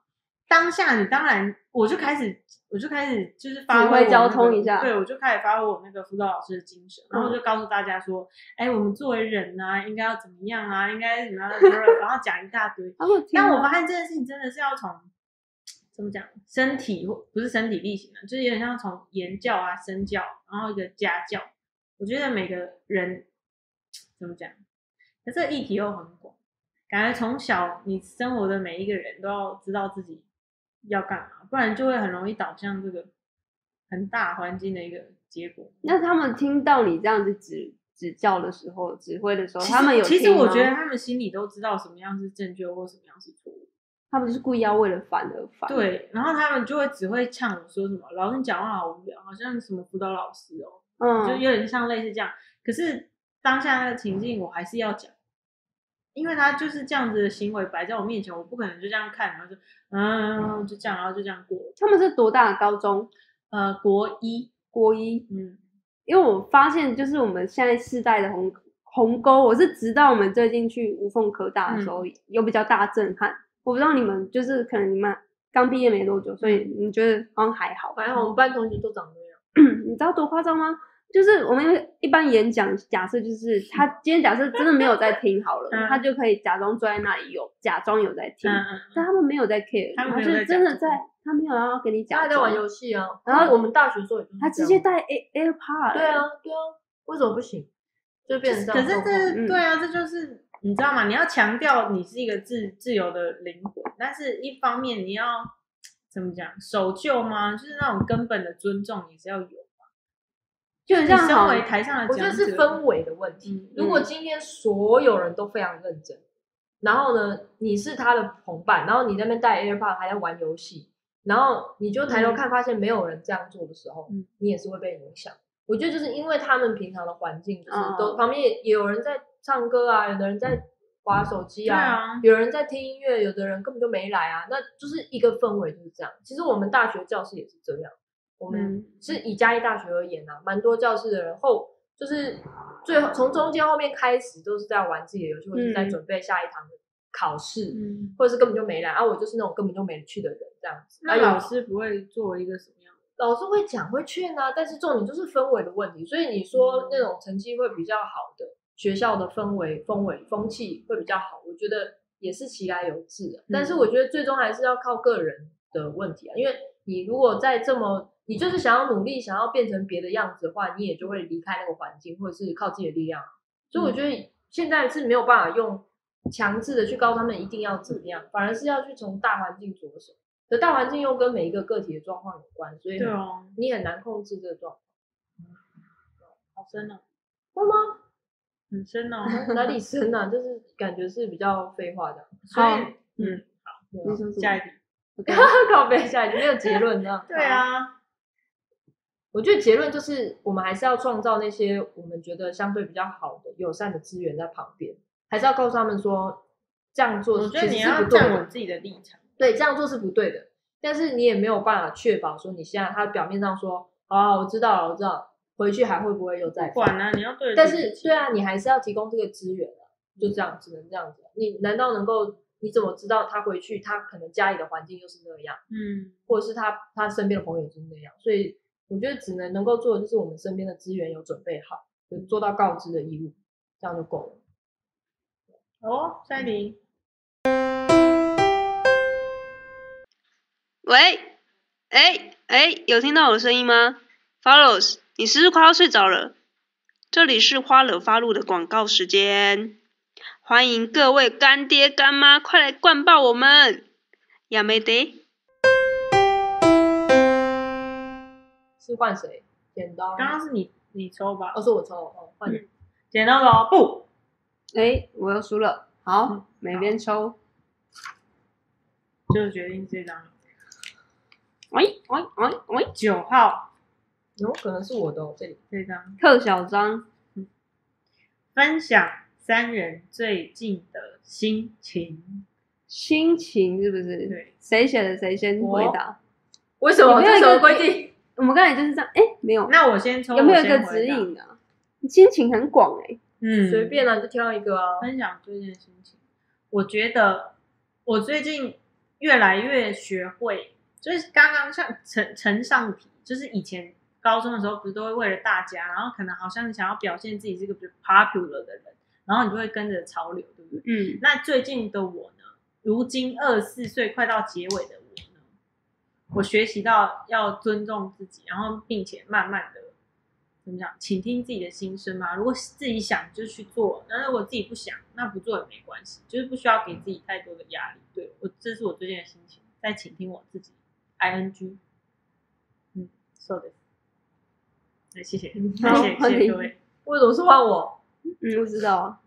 当下你当然，我就开始，我就开始就是发挥我指挥交通那个一下嗯对，我就开始发挥我那个辅导老师的精神，然后我就告诉大家说，哎、我们作为人呢、啊，应该要怎么样啊，应该怎么样，怎么样然后讲一大堆。啊我天但啊我发现这件事情真的是要从怎么讲，身体或不是身体力行的，啊就是有点像从言教啊、身教，然后一个家教。我觉得每个人怎么讲，可这个议题又很广，感觉从小你生活的每一个人都要知道自己要干嘛，不然就会很容易导向这个很大环境的一个结果。那他们听到你这样子指指教的时候，指挥的时候，其实哦他们有其实听我吗觉得他们心里都知道什么样是正确或什么样是错误。他们就是故意要为了烦而烦。，对，然后他们就会只会呛我说什么，老师你讲话好无聊，好像什么辅导老师哦，嗯，就有点像类似这样。可是当下那个情境，我还是要讲，因为他就是这样子的行为摆在我面前，我不可能就这样看，然后就嗯就这样，然后就这样过。他们是多大的高中？呃，国一，国一。嗯，因为我发现，就是我们现在世代的鸿鸿沟，我是直到我们最近去无缝科大的时嗯候，有比较大的震撼。我不知道你们，就是可能你们刚毕业没多久，所嗯以你觉得好像还好。反正我们班同学都长那样。你知道多夸张吗？就是我们一般演讲，假设就是 [laughs] 他今天假设真的没有在听好了，嗯他就可以假装坐在那里有假装有在听，嗯但他们没有在 care，他们没有就在是真的假装在，他没有要跟你讲，大家在玩游戏啊，然后我们大学的时候也就是他直这接样带 Air AirPod，对，啊，对啊，为什么不行？就变成这可样是的状况。这嗯对啊，这就是你知道吗？你要强调你是一个自自由的灵魂，但是一方面你要怎么讲守旧吗？就是那种根本的尊重也是要有。就很你像身好为台上的我觉讲得者，是氛围的问题。嗯如果今天所有人都非常认真，然后呢，你是他的同伴，然后你在那边带 AirPod 还在玩游戏，然后你就抬头看，发现没有人这样做的时候，嗯你也是会被影响。我觉得就是因为他们平常的环境，就是哦嗯都、旁边也有人在唱歌啊，有的人在划手机啊，对啊有人在听音乐，有的人根本就没来啊，那就是一个氛围就是这样。其实我们大学教室也是这样，我们、嗯是以嘉义大学而言啊，蛮多教室的人后就是最后从中间后面开始都是在玩自己的游戏，或者是在嗯准备下一堂的考试，嗯，或者是根本就没来啊。我就是那种根本就没去的人这样子。那啊有老师不会作为一个什么样的？老师会讲会劝啊，但是重点就是氛围的问题。所以你说那种成绩会比较好的学校的氛围、氛围、风气会比较好，我觉得也是其来有志的。但是我觉得最终还是要靠个人的问题啊，因为你如果在这么你就是想要努力，想要变成别的样子的话，你也就会离开那个环境，或者是靠自己的力量。啊所以我觉得现在是没有办法用强制的去告诉他们一定要怎么样，反而是要去从大环境着手。可大环境又跟每一个个体的状况有关，所以对哦，你很难控制这个状况，好深哦，[laughs] 会吗？很深 [laughs] 哦。哪里深啊？就是感觉是比较废话的，所好以，嗯，你 [laughs] 说什么下一题。告别啊下来没有结论这样。 [laughs] 对，啊，我觉得结论就是我们还是要创造那些我们觉得相对比较好的、友善的资源在旁边，还是要告诉他们说这样做我其觉得实你是要不对站的稳，自己的立场。对，这样做是不对的。但是你也没有办法确保说你现在他表面上说啊，我知道了，我知道了，回去还会不会又再犯？管啊，你要 [laughs] 对得但起自己。是对啊，你还是要提供这个资源啊，就这样，只能这样子。啊你难道能够？你怎么知道他回去，他可能家里的环境又是那样，嗯，或者是他他身边的朋友就是那样？所以我觉得只能能够做的就是我们身边的资源有准备好，有做到告知的义务，这样就够了。好哦，下一题。喂，哎哎，有听到我的声音吗？Follows，你是不是快要睡着了？这里是花惹发露的广告时间，欢迎各位干爹干妈快来灌爆我们！亚美得，是换谁？剪刀？刚刚是你你抽吧哦，，是我抽哦，换你。剪刀手哦不？哎，我又输了，嗯好，每边抽，就决定这张喂喂喂喂，九号有、可能是我的、哦、这里。这张特小张，分享三人最近的心情。心情是不是？对，谁写的谁先回答？为什么？你没有这一什个么规定？我们刚才就是这样，哎，没有，那我先抽，有没有我一先个回指答？引啊？你心情很广哎，嗯，随便啊，你就挑一个啊。分享最近的心情。我觉得我最近越来越学会，就是刚刚像呈呈上题，就是以前高中的时候不是都会为了大家，然后可能好像想要表现自己是个比较 popular 的人，然后你就会跟着潮流，对不对？嗯，那最近的我呢，如今二十四岁快到结尾的我呢，我学习到要尊重自己，然后并且慢慢的怎么讲，倾听自己的心声嘛。如果自己想就去做，那如果自己不想，那不做也没关系，就是不需要给自己太多的压力。对我，这是我最近的心情，在倾听我自己。I N G，嗯，so 的，哎，谢谢，谢嗯好谢，欢谢谢迎各位。为什么是换我？嗯，我知道啊，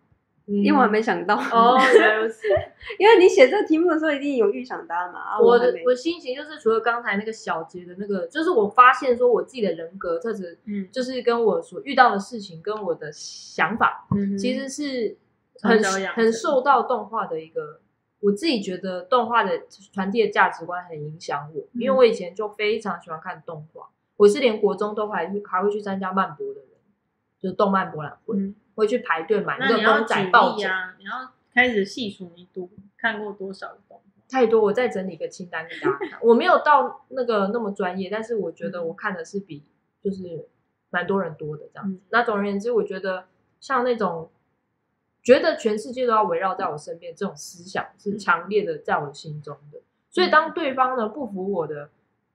嗯因为我还没想到，哦，原来如此。 [laughs] 因为你写这个题目的时候一定有预想答案嘛，啊我还的没我心情就是除了刚才那个小节的那个，就是我发现说我自己的人格特质，嗯就是跟我所遇到的事情跟我的想法，嗯哼，其实是很从小养成很受到动画的一个，我自己觉得动画的传递的价值观很影响我，因嗯为我以前就非常喜欢看动画，我是连国中都还去还会去参加漫博的人，就是动漫博览会，嗯会去排队买那个你要公举仔抱例枕，啊，你要开始细数你读看过多少个动画。太多，我再整理个清单给大家看。我没有到那个那么专业，但是我觉得我看的是比就是蛮多人多的这样子。那总而言之，我觉得像那种觉得全世界都要围绕在我身边这种思想是强烈的在我心中的。所以当对方呢不服我的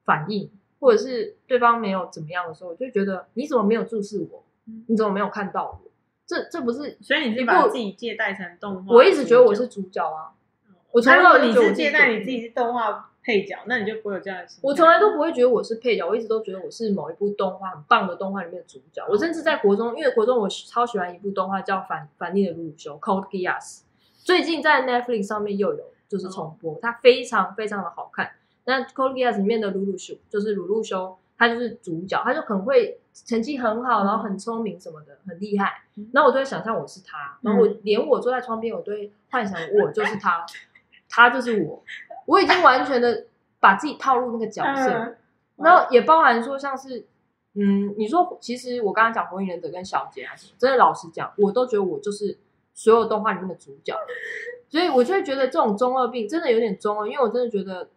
反应，或者是对方没有怎么样的时候，我就觉得你怎么没有注视我？你怎么没有看到我？这这不是所以你一是把部自己借贷成动画？我一直觉得我是，主角啊，我从那来如没有果你觉得是我自己借贷主你角自己是动画配角，那你就不会有这样的心态。我从来都不会觉得我是配角，我一直都觉得我是某一部动画很棒的动画里面的主角。我甚至在国中，因为国中我超喜欢一部动画叫《反反逆的鲁鲁修》（Code Geass），最近在 Netflix 上面又有就是重播，它非常非常的好看。那《Code Geass》里面的鲁鲁修就是鲁鲁修，他就是主角，他就很会，成绩很好，然后很聪明什么的，很厉害。然后我都会想象我是他，然后我连我坐在窗边，我都会幻想我就是他，他就是我，我已经完全的把自己套入那个角色，嗯然后也包含说像是，嗯，你说其实我刚刚讲《火影忍者》跟小杰啊什么，真的老实讲，我都觉得我就是所有动画里面的主角，所以我就会觉得这种中二病真的有点中二，因为我真的觉得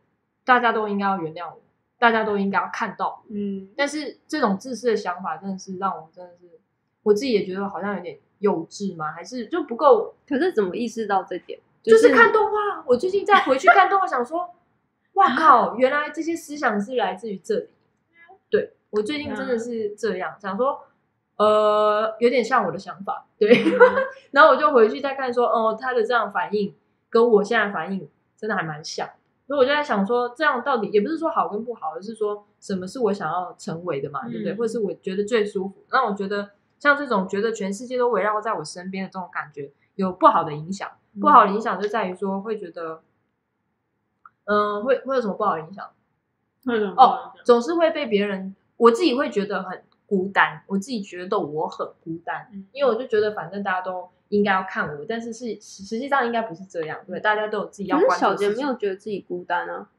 大家都应该要原谅我，大家都应该要看到我。嗯，但是这种自私的想法真的是让我真的是，我自己也觉得好像有点幼稚嘛，还是就不够，可是怎么意识到这点？就是看动画。我最近再回去看动画，想说，哇靠，原来这些思想是来自于这里。对我最近真的是这样，想说，呃，有点像我的想法，对。 [laughs] 然后我就回去再看说，哦，他的这样反应跟我现在反应真的还蛮像。所以我就在想说，这样到底也不是说好跟不好，而是说什么是我想要成为的嘛，对不对？嗯或者是我觉得最舒服。那我觉得像这种觉得全世界都围绕在我身边的这种感觉，有不好的影响。不好的嗯影响就在于说，会觉得，嗯、会会有什么不好的影响？嗯为什么不哦能这样？总是会被别人，我自己会觉得很孤单，我自己觉得我很孤单，嗯因为我就觉得反正大家都应该要看我，但是是实实际上应该不是这样，对，大家都有自己要可是关注小的杰事没情。有觉得自己孤单啊，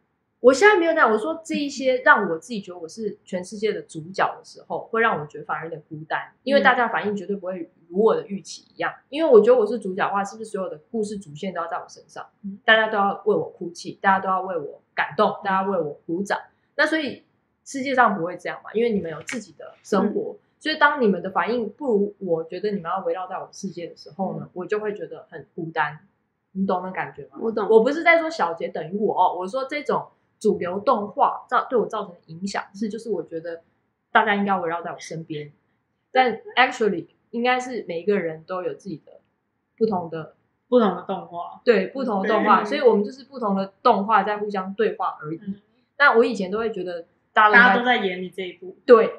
我现在没有这样，我说这一些让我自己觉得我是全世界的主角的时候，会让我觉得反而有点孤单，因为大家反应绝对不会如我的预期一样。因为我觉得我是主角的话，是不是所有的故事主线都要在我身上？大家都要为我哭泣，大家都要为我感动，大家为我鼓掌。那所以世界上不会这样嘛，因为你们有自己的生活，所以当你们的反应不如我觉得你们要围绕在我世界的时候呢，我就会觉得很孤单。你懂那感觉吗？我懂。我不是在说小杰等于我哦，我说这种主流动画造对我造成的影响是，就是我觉得大家应该围绕在我身边，但 actually 应该是每一个人都有自己的不同的不同的动画，对不同的动画，嗯所以我们就是不同的动画在互相对话而已。嗯那我以前都会觉得大家大家都都应该在演你这一部，对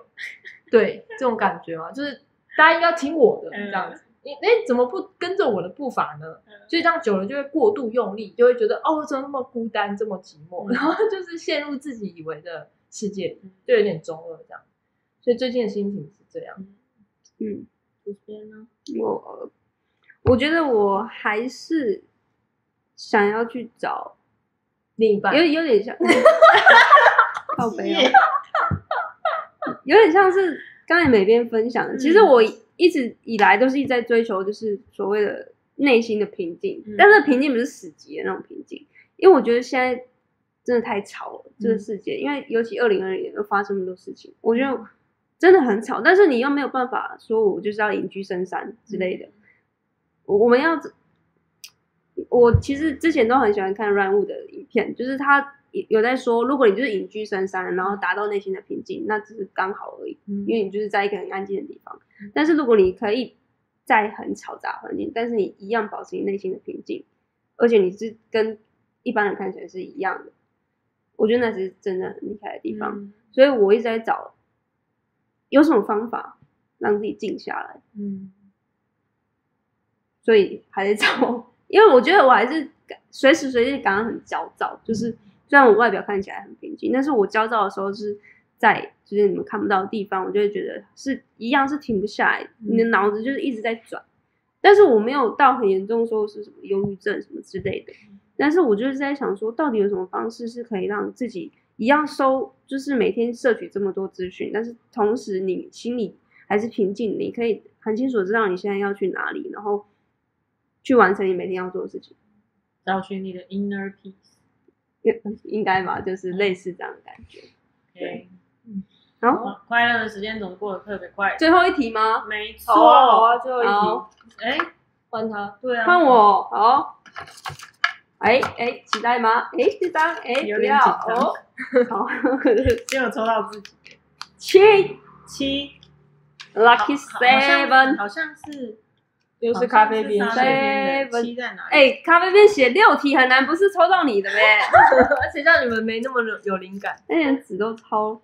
对这种感觉嘛，就是大家应该要听我的嗯这样子。你哎，怎么不跟着我的步伐呢？嗯所以这样久了就会过度用力，就会觉得哦，我怎么那么孤单，这么寂寞，嗯 [laughs] 然后就是陷入自己以为的世界里，就有点中二这样。所以最近的心情是这样，嗯，这边呢？我我觉得我还是想要去找，另一半有有点像， [laughs] 靠背哦，有点像是刚才美编分享的。其实嗯我一直以来都是一直在追求，就是所谓的内心的平静，嗯但是平静不是死寂的那种平静，因为我觉得现在真的太吵了，嗯这个世界，因为尤其二零二零年又发生那么多事情，我觉得嗯真的很吵，但是你又没有办法说我就是要隐居深山之类嗯的，我我们要。我其实之前都很喜欢看 Ryan Wood 的影片，就是他有在说，如果你就是隐居深山，然后达到内心的平静，那只是刚好而已。嗯因为你就是在一个很安静的地方。但是如果你可以在很嘈杂的环境，但是你一样保持你内心的平静，而且你是跟一般人看起来是一样的，我觉得那是真的很厉害的地方。嗯所以我一直在找有什么方法让自己静下来，嗯，所以还在找，因为我觉得我还是感随时随地感到很焦躁，就是虽然我外表看起来很平静，但是我焦躁的时候是在就是你们看不到的地方，我就会觉得是一样是停不下来，你的脑子就是一直在转。但是我没有到很严重说是什么忧郁症什么之类的。但是我就是在想说，到底有什么方式是可以让自己一样收，就是每天摄取这么多资讯，但是同时你心里还是平静，你可以很清楚知道你现在要去哪里，然后去完成你每天要做的事情，找寻你的 inner peace。应应该吧？就是类似这样的感觉。对，然哦后好快乐的时间总是过得特别快。最后一题吗？没好啊，好错。啊，最后一好题，哎，[laughs] 换他。对啊，换我，好。哎哎，期待吗？哎，这张哎有不点要紧张 [laughs] 哦。好结果抽到自己七七 lucky 好好像 seven，好像是又好像是咖啡边咖啡边边谁？的 Seven 七在哪里？哎，咖啡边写六题很难，不是抽到你的呗？谁叫你们没那么有有灵感？ [laughs] 那连纸都抄。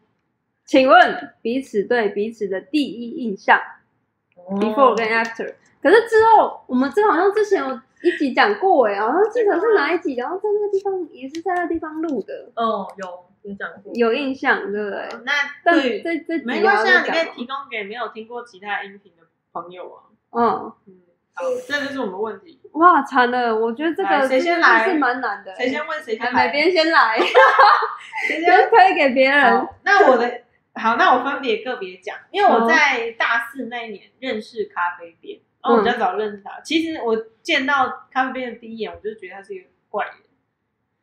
请问彼此对彼此的第一印象，before 哦跟 after。可是之后，我们这好像之前有一集讲过哎，好像记得是哪一集，然后在那个地方也是在那个地方录的，哦，有有讲过，有印象对不对？那但对，这这没关系啊，你可以提。提供给没有听过其他音频的朋友啊。嗯，嗯，好，这就是我们问题。哇，惨了，我觉得这来个谁先真的来是蛮难的。谁先问谁先哎？哪来？边先来？谁 [laughs] 先先推给别人。好，那我的好，那我分别个别讲，因为我在大四那一年认识咖啡边，然后嗯我比较早认识他。其实我见到咖啡边的第一眼，我就觉得他是一个怪人，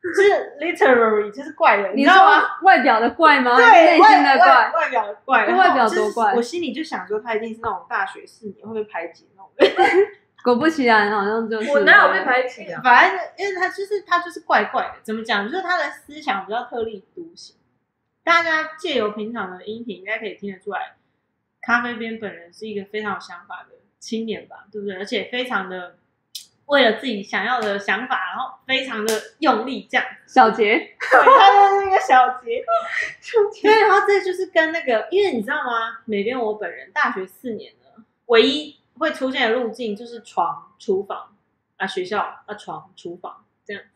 就是 literary 就是怪人，你你知道吗？说外表的怪吗？哦内对，心的外外。怪外表的怪，然后外表多怪就是我心里就想说，他一定是那种大学四年会被排挤的那种人。果不其然，好像就是我哪有被排挤啊？反正因为他就是他就是怪怪的，怎么讲？就是他的思想比较特立独行。大家借由平常的音频，应该可以听得出来，咖啡边本人是一个非常有想法的青年吧，对不对？而且非常的为了自己想要的想法，然后非常的用力，这样。小杰，对，他就是那个小杰。对，然后这就是跟那个，因为你知道吗？美边我本人大学四年呢，唯一会出现的路径就是床、厨房啊，学校啊，床、厨房这样子。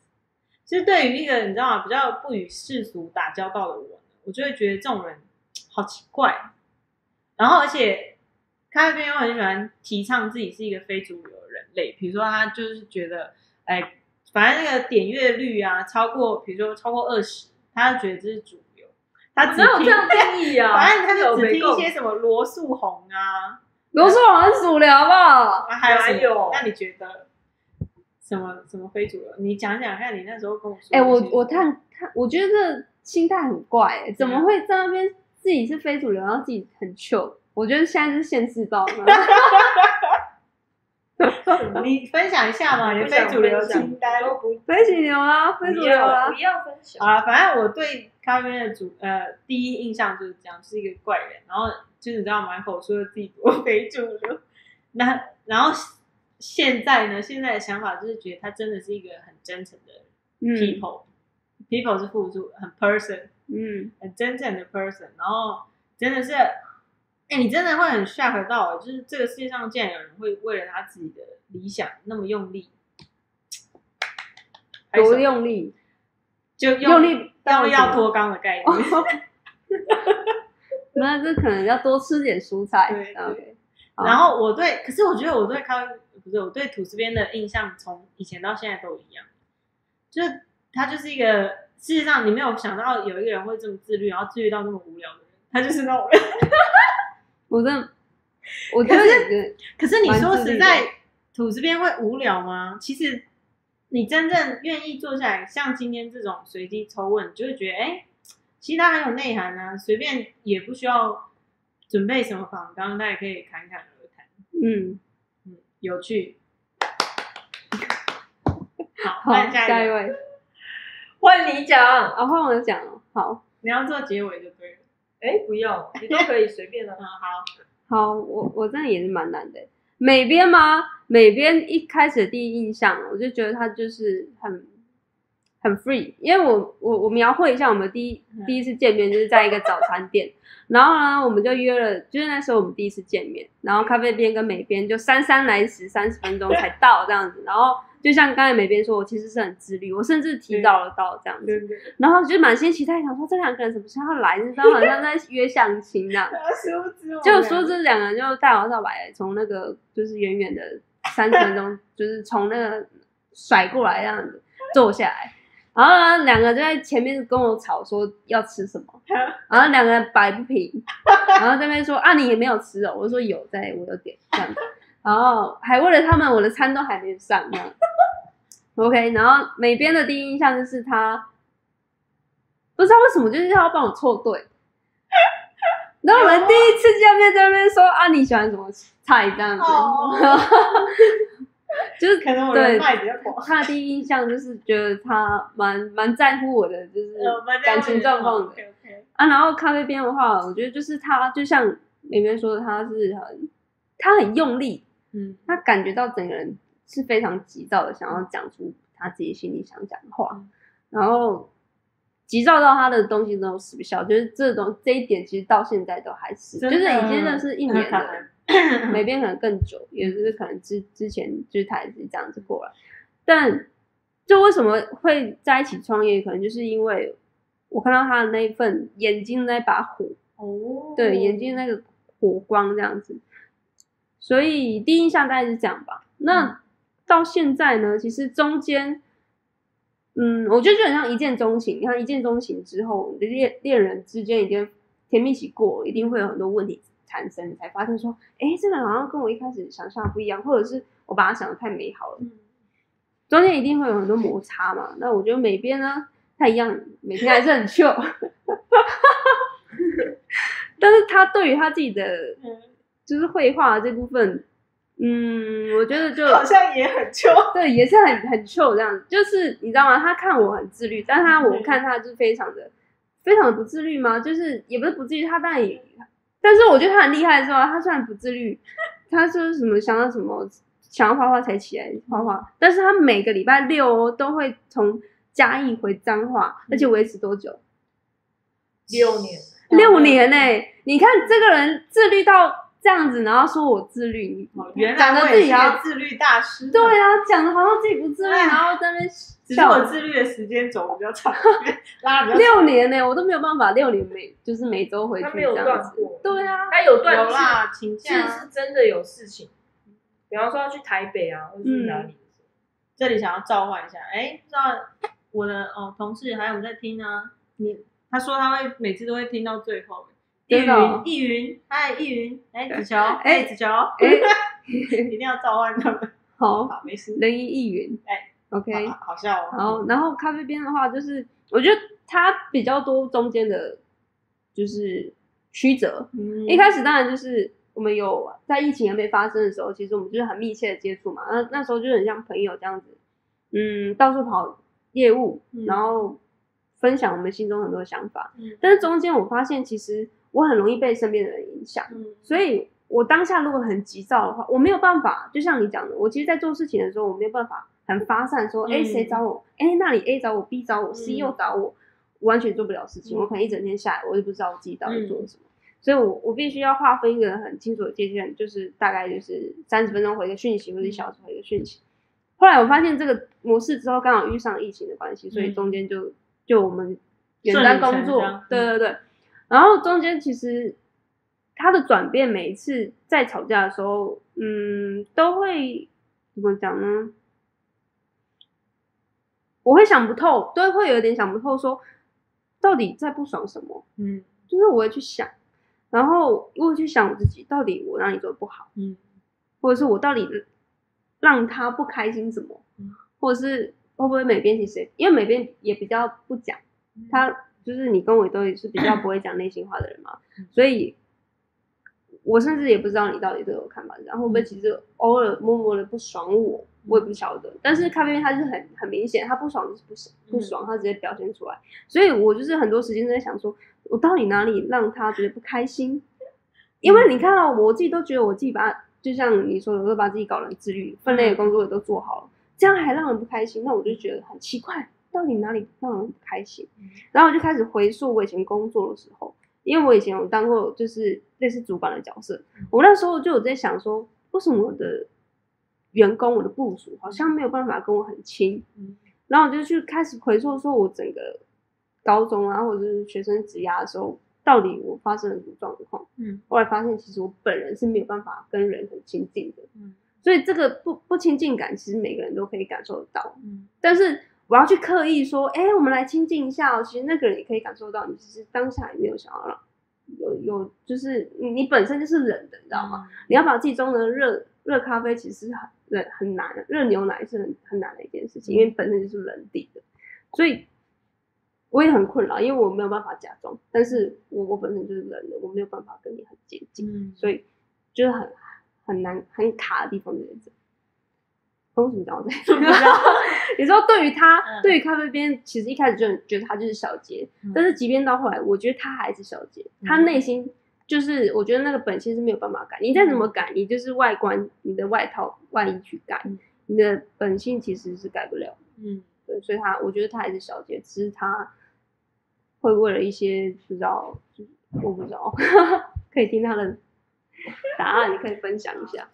其实对于一个你知道吗，比较不与世俗打交道的我呢，我就会觉得这种人好奇怪。然后而且咖啡边又很喜欢提倡自己是一个非主流的人类，比如说他就是觉得，哎，反正那个点阅率啊超过，比如说超过二十，他就觉得这是主流。他只哪有听啊这样定义啊？ [laughs] 反正他就只没听够一些什么罗素红啊，罗素王很主流好不好？啊还有什么哪有那你觉得什么什么非主流？你讲讲看，你那时候跟我说的哎、是什么。我我看看，我觉得这心态很怪、欸，怎么会在那边自己是非主流，然后自己很 chill？我觉得现在是现世报嘛，你分嗯享一下嘛，你的非主流清单。非主流啊，非主流啊不。要分享。啊，反正我对咖啡的主呃第一印象就是这样，是一个怪人，然后就是你知道满口说自己多非主流，那然后现在呢，现在的想法就是觉得他真的是一个很真诚的嗯 people，people、people 是付出很 person，嗯，很真正的 person，然后真的是，哎，你真的会很 shock 到，欸就是这个世界上竟然有人会为了他自己的理想那么用力，多用力，就用力到用力什么哦要脱肛的概念。那这可能要多吃点蔬菜。嗯对对 OK 好然后我对，可是我觉得我对咖啡不是我对吐司边的印象，从以前到现在都一样，就是他就是一个事实上你没有想到有一个人会这么自律，然后自律到那么无聊的人，他就是那种人。我真的，我真的可是觉得可是你说蛮自实律的在，吐司边会无聊吗？其实你真正愿意坐下来，像今天这种随机抽问，你就会觉得哎，诶其实它很有内涵啊，随便也不需要准备什么访纲，大家也可以侃侃而谈，嗯，嗯，有趣。好，好，换下下一一个，位，换你讲，啊，换我讲哦。好，你要做结尾就对了。哎，不要，你都可以随便的 [laughs] 嗯，。好，好，我我真的也是蛮难的。美编吗？美编一开始的第一印象，我就觉得他就是很很 free，因为我我我描绘一下，我们第一嗯第一次见面就是在一个早餐店，然后呢，我们就约了，就是那时候我们第一次见面，然后咖啡边跟美边就姗姗来迟，三十分钟才到这样子，然后就像刚才美边说，我其实是很自律，我甚至提早了到这样子，对对， [laughs] 然后就满心期待，想说这两个人什么时候来，就是好像在约相亲这样。殊不知我们就俩说这两个人就大摇大摆从那个就是远远的三十分钟， [laughs] 就是从那个甩过来这样子坐下来。然后呢，两个就在前面跟我吵说要吃什么，然后两个摆不平，然后这边说啊你也没有吃哦，我说有在，我有点这样子，然后还为了他们我的餐都还没上这样子。OK，然后美编的第一印象就是他不知道为什么就是要帮我凑对，然后我们第一次见面在那边说啊你喜欢什么菜这样子，哦 [laughs] 就是可能我对人脉比较广，他的第一印象就是觉得他蛮蛮在乎我的，就是 [laughs] 嗯呃我们这样嗯感情状哦况的 OK OK，啊。然后咖啡边的话，我觉得就是他就像里面说的，他是很他很用力，嗯，他感觉到整个人是非常急躁的，想要讲出他自己心里想讲的嗯话，然后急躁到他的东西都吃不消，就是这种这一点，其实到现在都还是，就真是的已经认识一年那了当然。美编可能更久，也就是可能之之前就是他也是这样子过来，但就为什么会在一起创业，可能就是因为我看到他的那一份眼睛那把火，哦，对，眼睛那个火光这样子，所以第一印象大概是这样吧。那到现在呢，其实中间，嗯，我觉得就很像一见钟情。你看一见钟情之后，你的恋恋人之间已经甜蜜期过，一定会有很多问题产生，你才发现说，诶，这个人好像跟我一开始想象的不一样，或者是我把他想的太美好了。中间一定会有很多摩擦嘛。那我觉得美编呢，他一样每天还是很 chill，但是他对于他自己的嗯就是绘画这部分，嗯，我觉得 [laughs] 就好像也很秋，对，也是很很 chill 这样子。就是你知道吗？他看我很自律，但他嗯我看他就是非常的非常的不自律吗？就是也不是不自律，他当然也，但是我觉得他很厉害的时候，他虽然不自律，他就是什么想到什么想要画画才起来画画，但是他每个礼拜六哦都会从嘉义回彰化，而且嗯维持多久？六年，六年呢、你看这个人自律到这样子，然后说我自律，你哦原讲来的我自也己是要个自律大师，对，啊，讲的好像自己不自律，哎然后在那边只是笑我自律的时间轴比较长，拉 [laughs] 得比较六年呢、我都没有办法六年每就是每周回去他这没有样断子。过，对啊，他有断有是啦，啊请是假是真的有事情，比方说要去台北啊，或者是哪里，这里想要召唤一下，哎，不知道我的哦同事还有在听呢，你他说他会每次都会听到最后。易真的哦云，易云，嗨，易云，哎，子乔，哎哎，子乔，哎、 [laughs] 一定要召唤他 [laughs] 们。好，好，没事。人云亦云。哎 o k 好好笑然哦。后然后咖啡边的话，就是我觉得它比较多中间的，就是曲折。嗯一开始当然就是我们有在疫情还没发生的时候，其实我们就是很密切的接触嘛。那那时候就很像朋友这样子，嗯，到处跑业务，嗯然后分享我们心中很多想法。嗯但是中间我发现，其实我很容易被身边的人影响。嗯所以我当下如果很急躁的话，我没有办法，就像你讲的，我其实，在做事情的时候，我没有办法很发散说，嗯哎、谁找我？哎、那里 A 找我，B 找我，C 嗯又找我，我完全做不了事情。嗯我可能一整天下来，我就不知道我自己到底做了什么。所以我我必须要划分一个很清楚的界限，就是大概就是三十分钟回个讯息，或者一小时回个讯息。后来我发现这个模式之后，刚好遇上疫情的关系，所以嗯中间就就我们远顺端理成工作章，对嗯对对。然后中间其实他的转变，每一次在吵架的时候，嗯，都会怎么讲呢？我会想不透，对，会有点想不透说到底在不爽什么，嗯就是我会去想，然后我会去想我自己到底我哪里做的不好。嗯或者是我到底让他不开心什么，或者是会不会美编其实因为美编也比较不讲，他就是你跟我都也是比较不会讲内心话的人嘛，所以我甚至也不知道你到底对我看法是这样，会不会其实偶尔默默的不爽我，我也不晓得。但是咖啡因他是很很明显，他不爽就是不爽，不爽他直接表现出来，所以我就是很多时间都在想说，我到底哪里让他觉得不开心？因为你看到、我自己都觉得我自己把，就像你说的，我都把自己搞得很自律，分内的工作也都做好了，这样还让人不开心，那我就觉得很奇怪，到底哪里让人不开心？嗯然后我就开始回溯我以前工作的时候，因为我以前有当过就是类似主管的角色，嗯我那时候就有在想说，为什么我的员工、我的部署好像没有办法跟我很亲？嗯然后我就去开始回溯，说我整个高中啊，或者是学生职涯的时候，到底我发生了什么状况？嗯，后来发现其实我本人是没有办法跟人很亲近的，嗯，所以这个不不亲近感，其实每个人都可以感受得到。嗯但是我要去刻意说，哎、我们来亲近一下哦。其实那个人也可以感受到，你其实当下也没有想要让有有，就是你你本身就是冷的，你知道吗？你要把自己中的热热咖啡其实很冷很难的，热牛奶是很很难的一件事情，因为本身就是冷底的，所以我也很困扰，因为我没有办法假装，但是我我本身就是冷的，我没有办法跟你很接近，嗯，所以就是很很难很卡的地方就是这。哦为什么讲到这里？ [laughs] 你说对于他，嗯对于咖啡边，其实一开始就很觉得他就是小杰，嗯但是即便到后来，我觉得他还是小杰，他内心就是我觉得那个本性是没有办法改，你再怎嗯么改，你就是外观，你的外套、外衣去改，你的本性其实是改不了。嗯，对，所以他我觉得他还是小杰，只是他会为了一些不知道，我不知道， [laughs] 可以听他的答案，你可以分享一 [laughs] 下。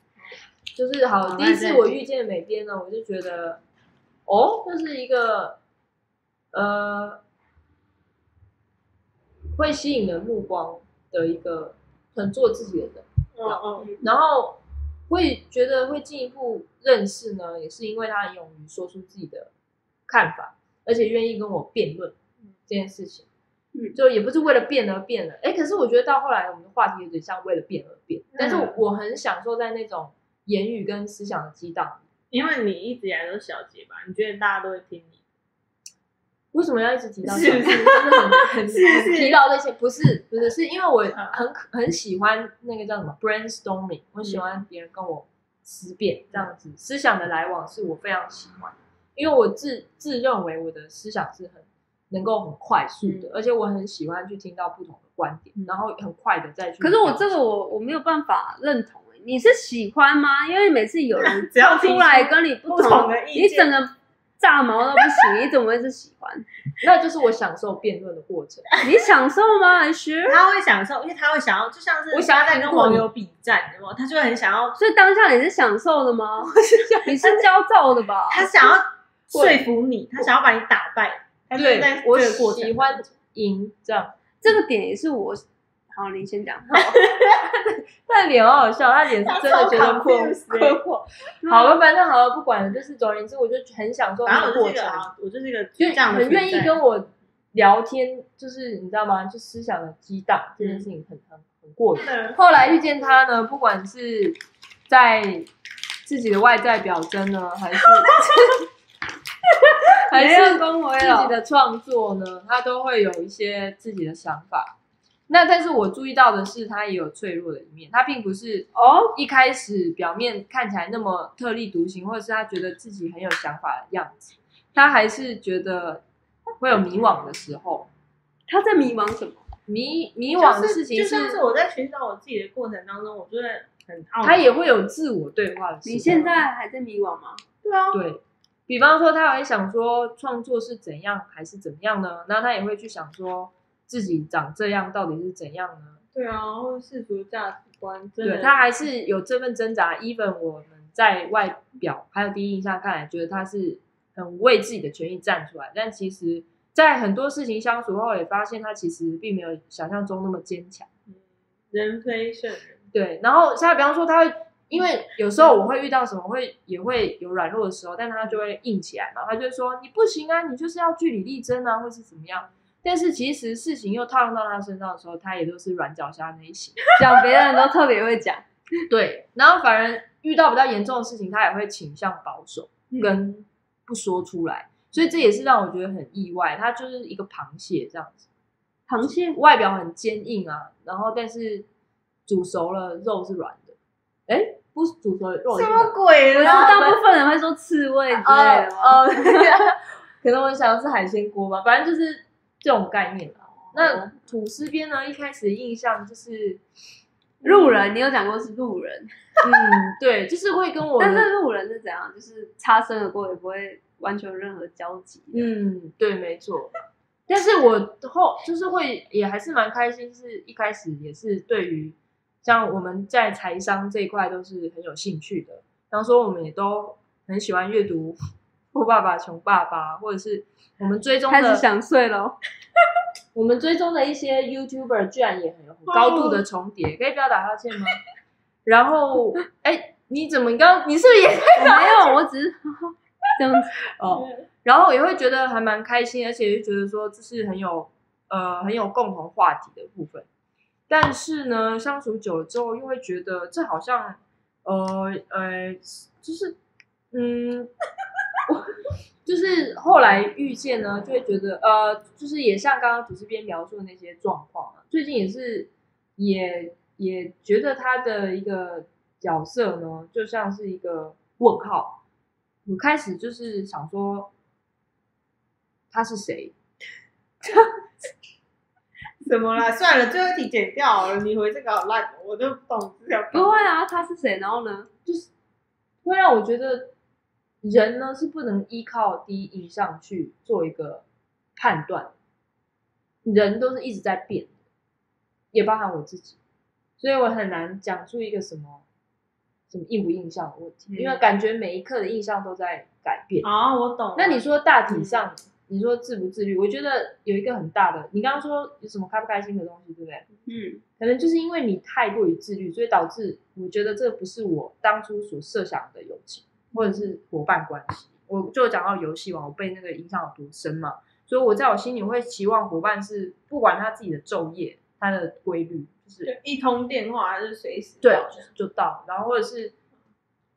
就是好，好第一那次再我见遇见美编呢，我就觉得，哦，这是一个呃会吸引人目光的一个很做自己的人，嗯嗯，然后会觉得会进一步认识呢，也是因为他很勇于说出自己的看法，而且愿意跟我辩论这件事情。嗯就也不是为了辩而辩了，哎，可是我觉得到后来我们的话题有点像为了辩而辩，但是嗯我很享受在那种言语跟思想的激荡。因为你一直以来都是小杰吧，你觉得大家都会听你，为什么要一直提到是小不杰？是真的很很 [laughs] 是不是提到那些不是不是，是因为我很很喜欢那个叫什么 brainstorming，我喜欢别人跟我思辨这样子，思想的来往是我非常喜欢，因为我自自认为我的思想是很能够很快速嗯的，而且我很喜欢去听到不同的观点，然后很快的再去可了解。是我这个我我没有办法认同、欸，你是喜欢吗？因为每次有人 [laughs] 只要跳出提来出跟你不不同的意你见整个炸毛到不行，你怎么会是喜欢？那就是我享受辩论的过程。你享受吗？Sure。 [laughs] 他会享受，因为他会想要，就像是我想要他在赢跟过网你友比战，有没有？他就会很想要，所以当下你是享受的吗？你是焦躁的吧？他想要说服你，他想要把你打败，他就对是在，我哎这个过程喜欢赢这样。这个点也是我。好，你先 [laughs] 讲。他的脸好好笑，他脸是真的觉得困他超 confused 困欸惑。好了，反正好了，不管了，就是总而言之，我就很享受反那正我就个过是一程个，啊，我就是一个就这样的很愿意存在跟我聊天，就是你知道吗？就思想的激荡这件事情很很很过瘾。后来遇见他呢，不管是在自己的外在表征呢，[laughs] 还是还是恭维啊自己。的创作呢，他都会有一些自己的想法。那但是我注意到的是，他也有脆弱的一面，他并不是哦，一开始表面看起来那么特立独行，或者是他觉得自己很有想法的样子，他还是觉得会有迷惘的时候。他在迷茫什么？迷迷惘的就是事情就像是我在寻找我自己的过程当中，我就会很懊恼。他也会有自我对话的时候。你现在还在迷惘吗？对啊，对比方说，他会想说创作是怎样还是怎么样呢？那他也会去想说自己长这样到底是怎样呢？对啊，或者世俗价值观，真对的他还是有这份挣扎。even 我们在外表还有第一印象看来，觉得他是很为自己的权益站出来，但其实，在很多事情相处后，也发现他其实并没有想象中那么坚强。人非圣人。对，然后像比方说，他会因为有时候我会遇到什么，会也会有软弱的时候，但他就会硬起来嘛，他就会说你不行啊，你就是要据理力争啊，或是怎么样。但是其实事情又套用到他身上的时候，他也都是软脚虾那一型。讲别人都特别会 [laughs] 讲，对，然后反而遇到比较严重的事情，他也会倾向保守嗯嗯跟不说出来，所以这也是让我觉得很意外。他就是一个螃蟹这样子，螃蟹外表很坚硬啊，然后但是煮熟了肉是软的，哎，不是煮熟了肉也是什软么的鬼可是啦？大部分人会说刺猬之类哦的吗？哦， [laughs] 可能我想的是海鲜锅吧，反正就是这种概念哦啊。那吐司边呢，一开始的印 [laughs] 象就是，路人，你有讲过是路人，嗯，对，就是会跟我的但是路人是怎样？就是擦身而过，也不会完全有任何交集。嗯，对，没错。但是我后就是会也还是蛮开心，就是一开始也是对于像我们在财商这一块都是很有兴趣的，然后说我们也都很喜欢阅读《富爸爸穷爸爸》，或者是我们追踪开始的想 [laughs] 睡哦喽，我们追踪的一些 [laughs] YouTuber 居然也很有很高度的重叠，可以不要打哈欠吗？然后哎，你怎么刚你是不是也我没有，我只是 [laughs] 这样子。哦，然后也会觉得还蛮开心，而且就觉得说这是很有呃很有共同话题的部分。但是呢，相处久了之后，又会觉得这好像呃呃，就是嗯，我就是后来遇见呢，就会觉得呃，就是也像刚刚主持边描述的那些状况啊，最近也是也也觉得他的一个角色呢，就像是一个问号。我开始就是想说，他是谁？怎么啦？算了，最后一题剪掉好了。你回这个好烂哦，我都不懂这条。不会啊，他是谁？然后呢？会让啊我觉得人呢是不能依靠第一印象去做一个判断，人都是一直在变的，也包含我自己，所以我很难讲出一个什么什么印不印象的问题，因为感觉每一刻的印象都在改变。啊，我懂了。那你说大体上，你说自不自律，我觉得有一个很大的，你刚刚说有什么开不开心的东西，对不对？嗯，可能就是因为你太过于自律，所以导致我觉得这不是我当初所设想的友情或者是伙伴关系。我就讲到游戏嘛，我被那个影响有多深嘛，所以我在我心里会期望伙伴是不管他自己的昼夜，他的规律就是就一通电话就是随时对啊到，就到，然后或者是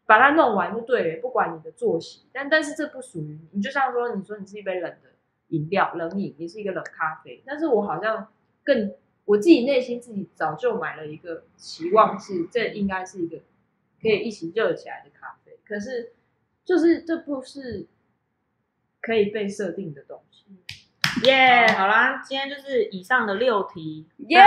把它弄完就对了，不管你的作息。但但是这不属于你，你就像说，你说你是一杯冷的饮料，冷饮，你是一个冷咖啡，但是我好像更我自己内心自己早就买了一个期望是，这应该是一个可以一起热起来的咖啡，可是就是这不是可以被设定的东西。耶、好啦，今天就是以上的六题，耶，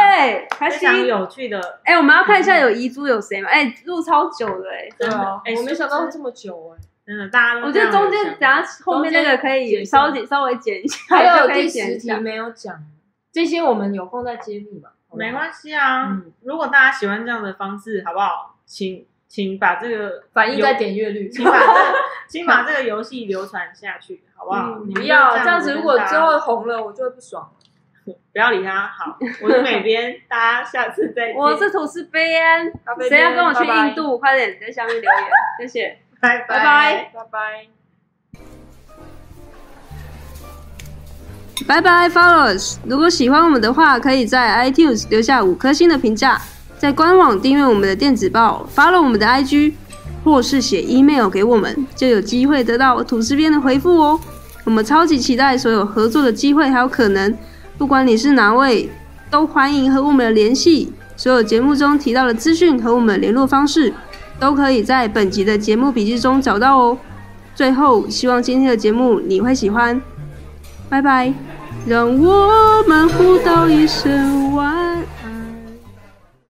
开非心。常有趣的。哎，我们要看一下有遗珠有谁吗？哎，录超久的哎，真的啊，哎我没想殊到不知这么久哎、真的，大家都我觉得非常有中间想等下后面那个可中间剪以一稍下微稍微剪一下，还有可以第剪十一题下。没有讲，这些我们有空再揭秘嘛。好不好没关系啊、嗯如果大家喜欢这样的方式，好不好？请请把这个反映游在，点阅率。请把这 [laughs] 个请把这个游戏流传下去，好不好？嗯你不们就要这样子子，跟如果大家之后红了，我就会不爽了。不要理他。好，我是美编，大家下次再见。我是吐司杯安，咖啡谁要边跟我去拜拜印度？快点在下面留言，谢谢。拜拜拜，拜拜。拜拜，Follows！如果喜欢我们的话，可以在 iTunes 留下五颗星的评价，在官网订阅我们的电子报，follow 我们的 IG，或是写 email 给我们，就有机会得到土司边的回复哦。我们超级期待所有合作的机会还有可能，不管你是哪位，都欢迎和我们的联系。所有节目中提到的资讯和我们的联络方式，都可以在本集的节目笔记中找到哦。最后，希望今天的节目你会喜欢，拜拜。让我们互道一声晚安。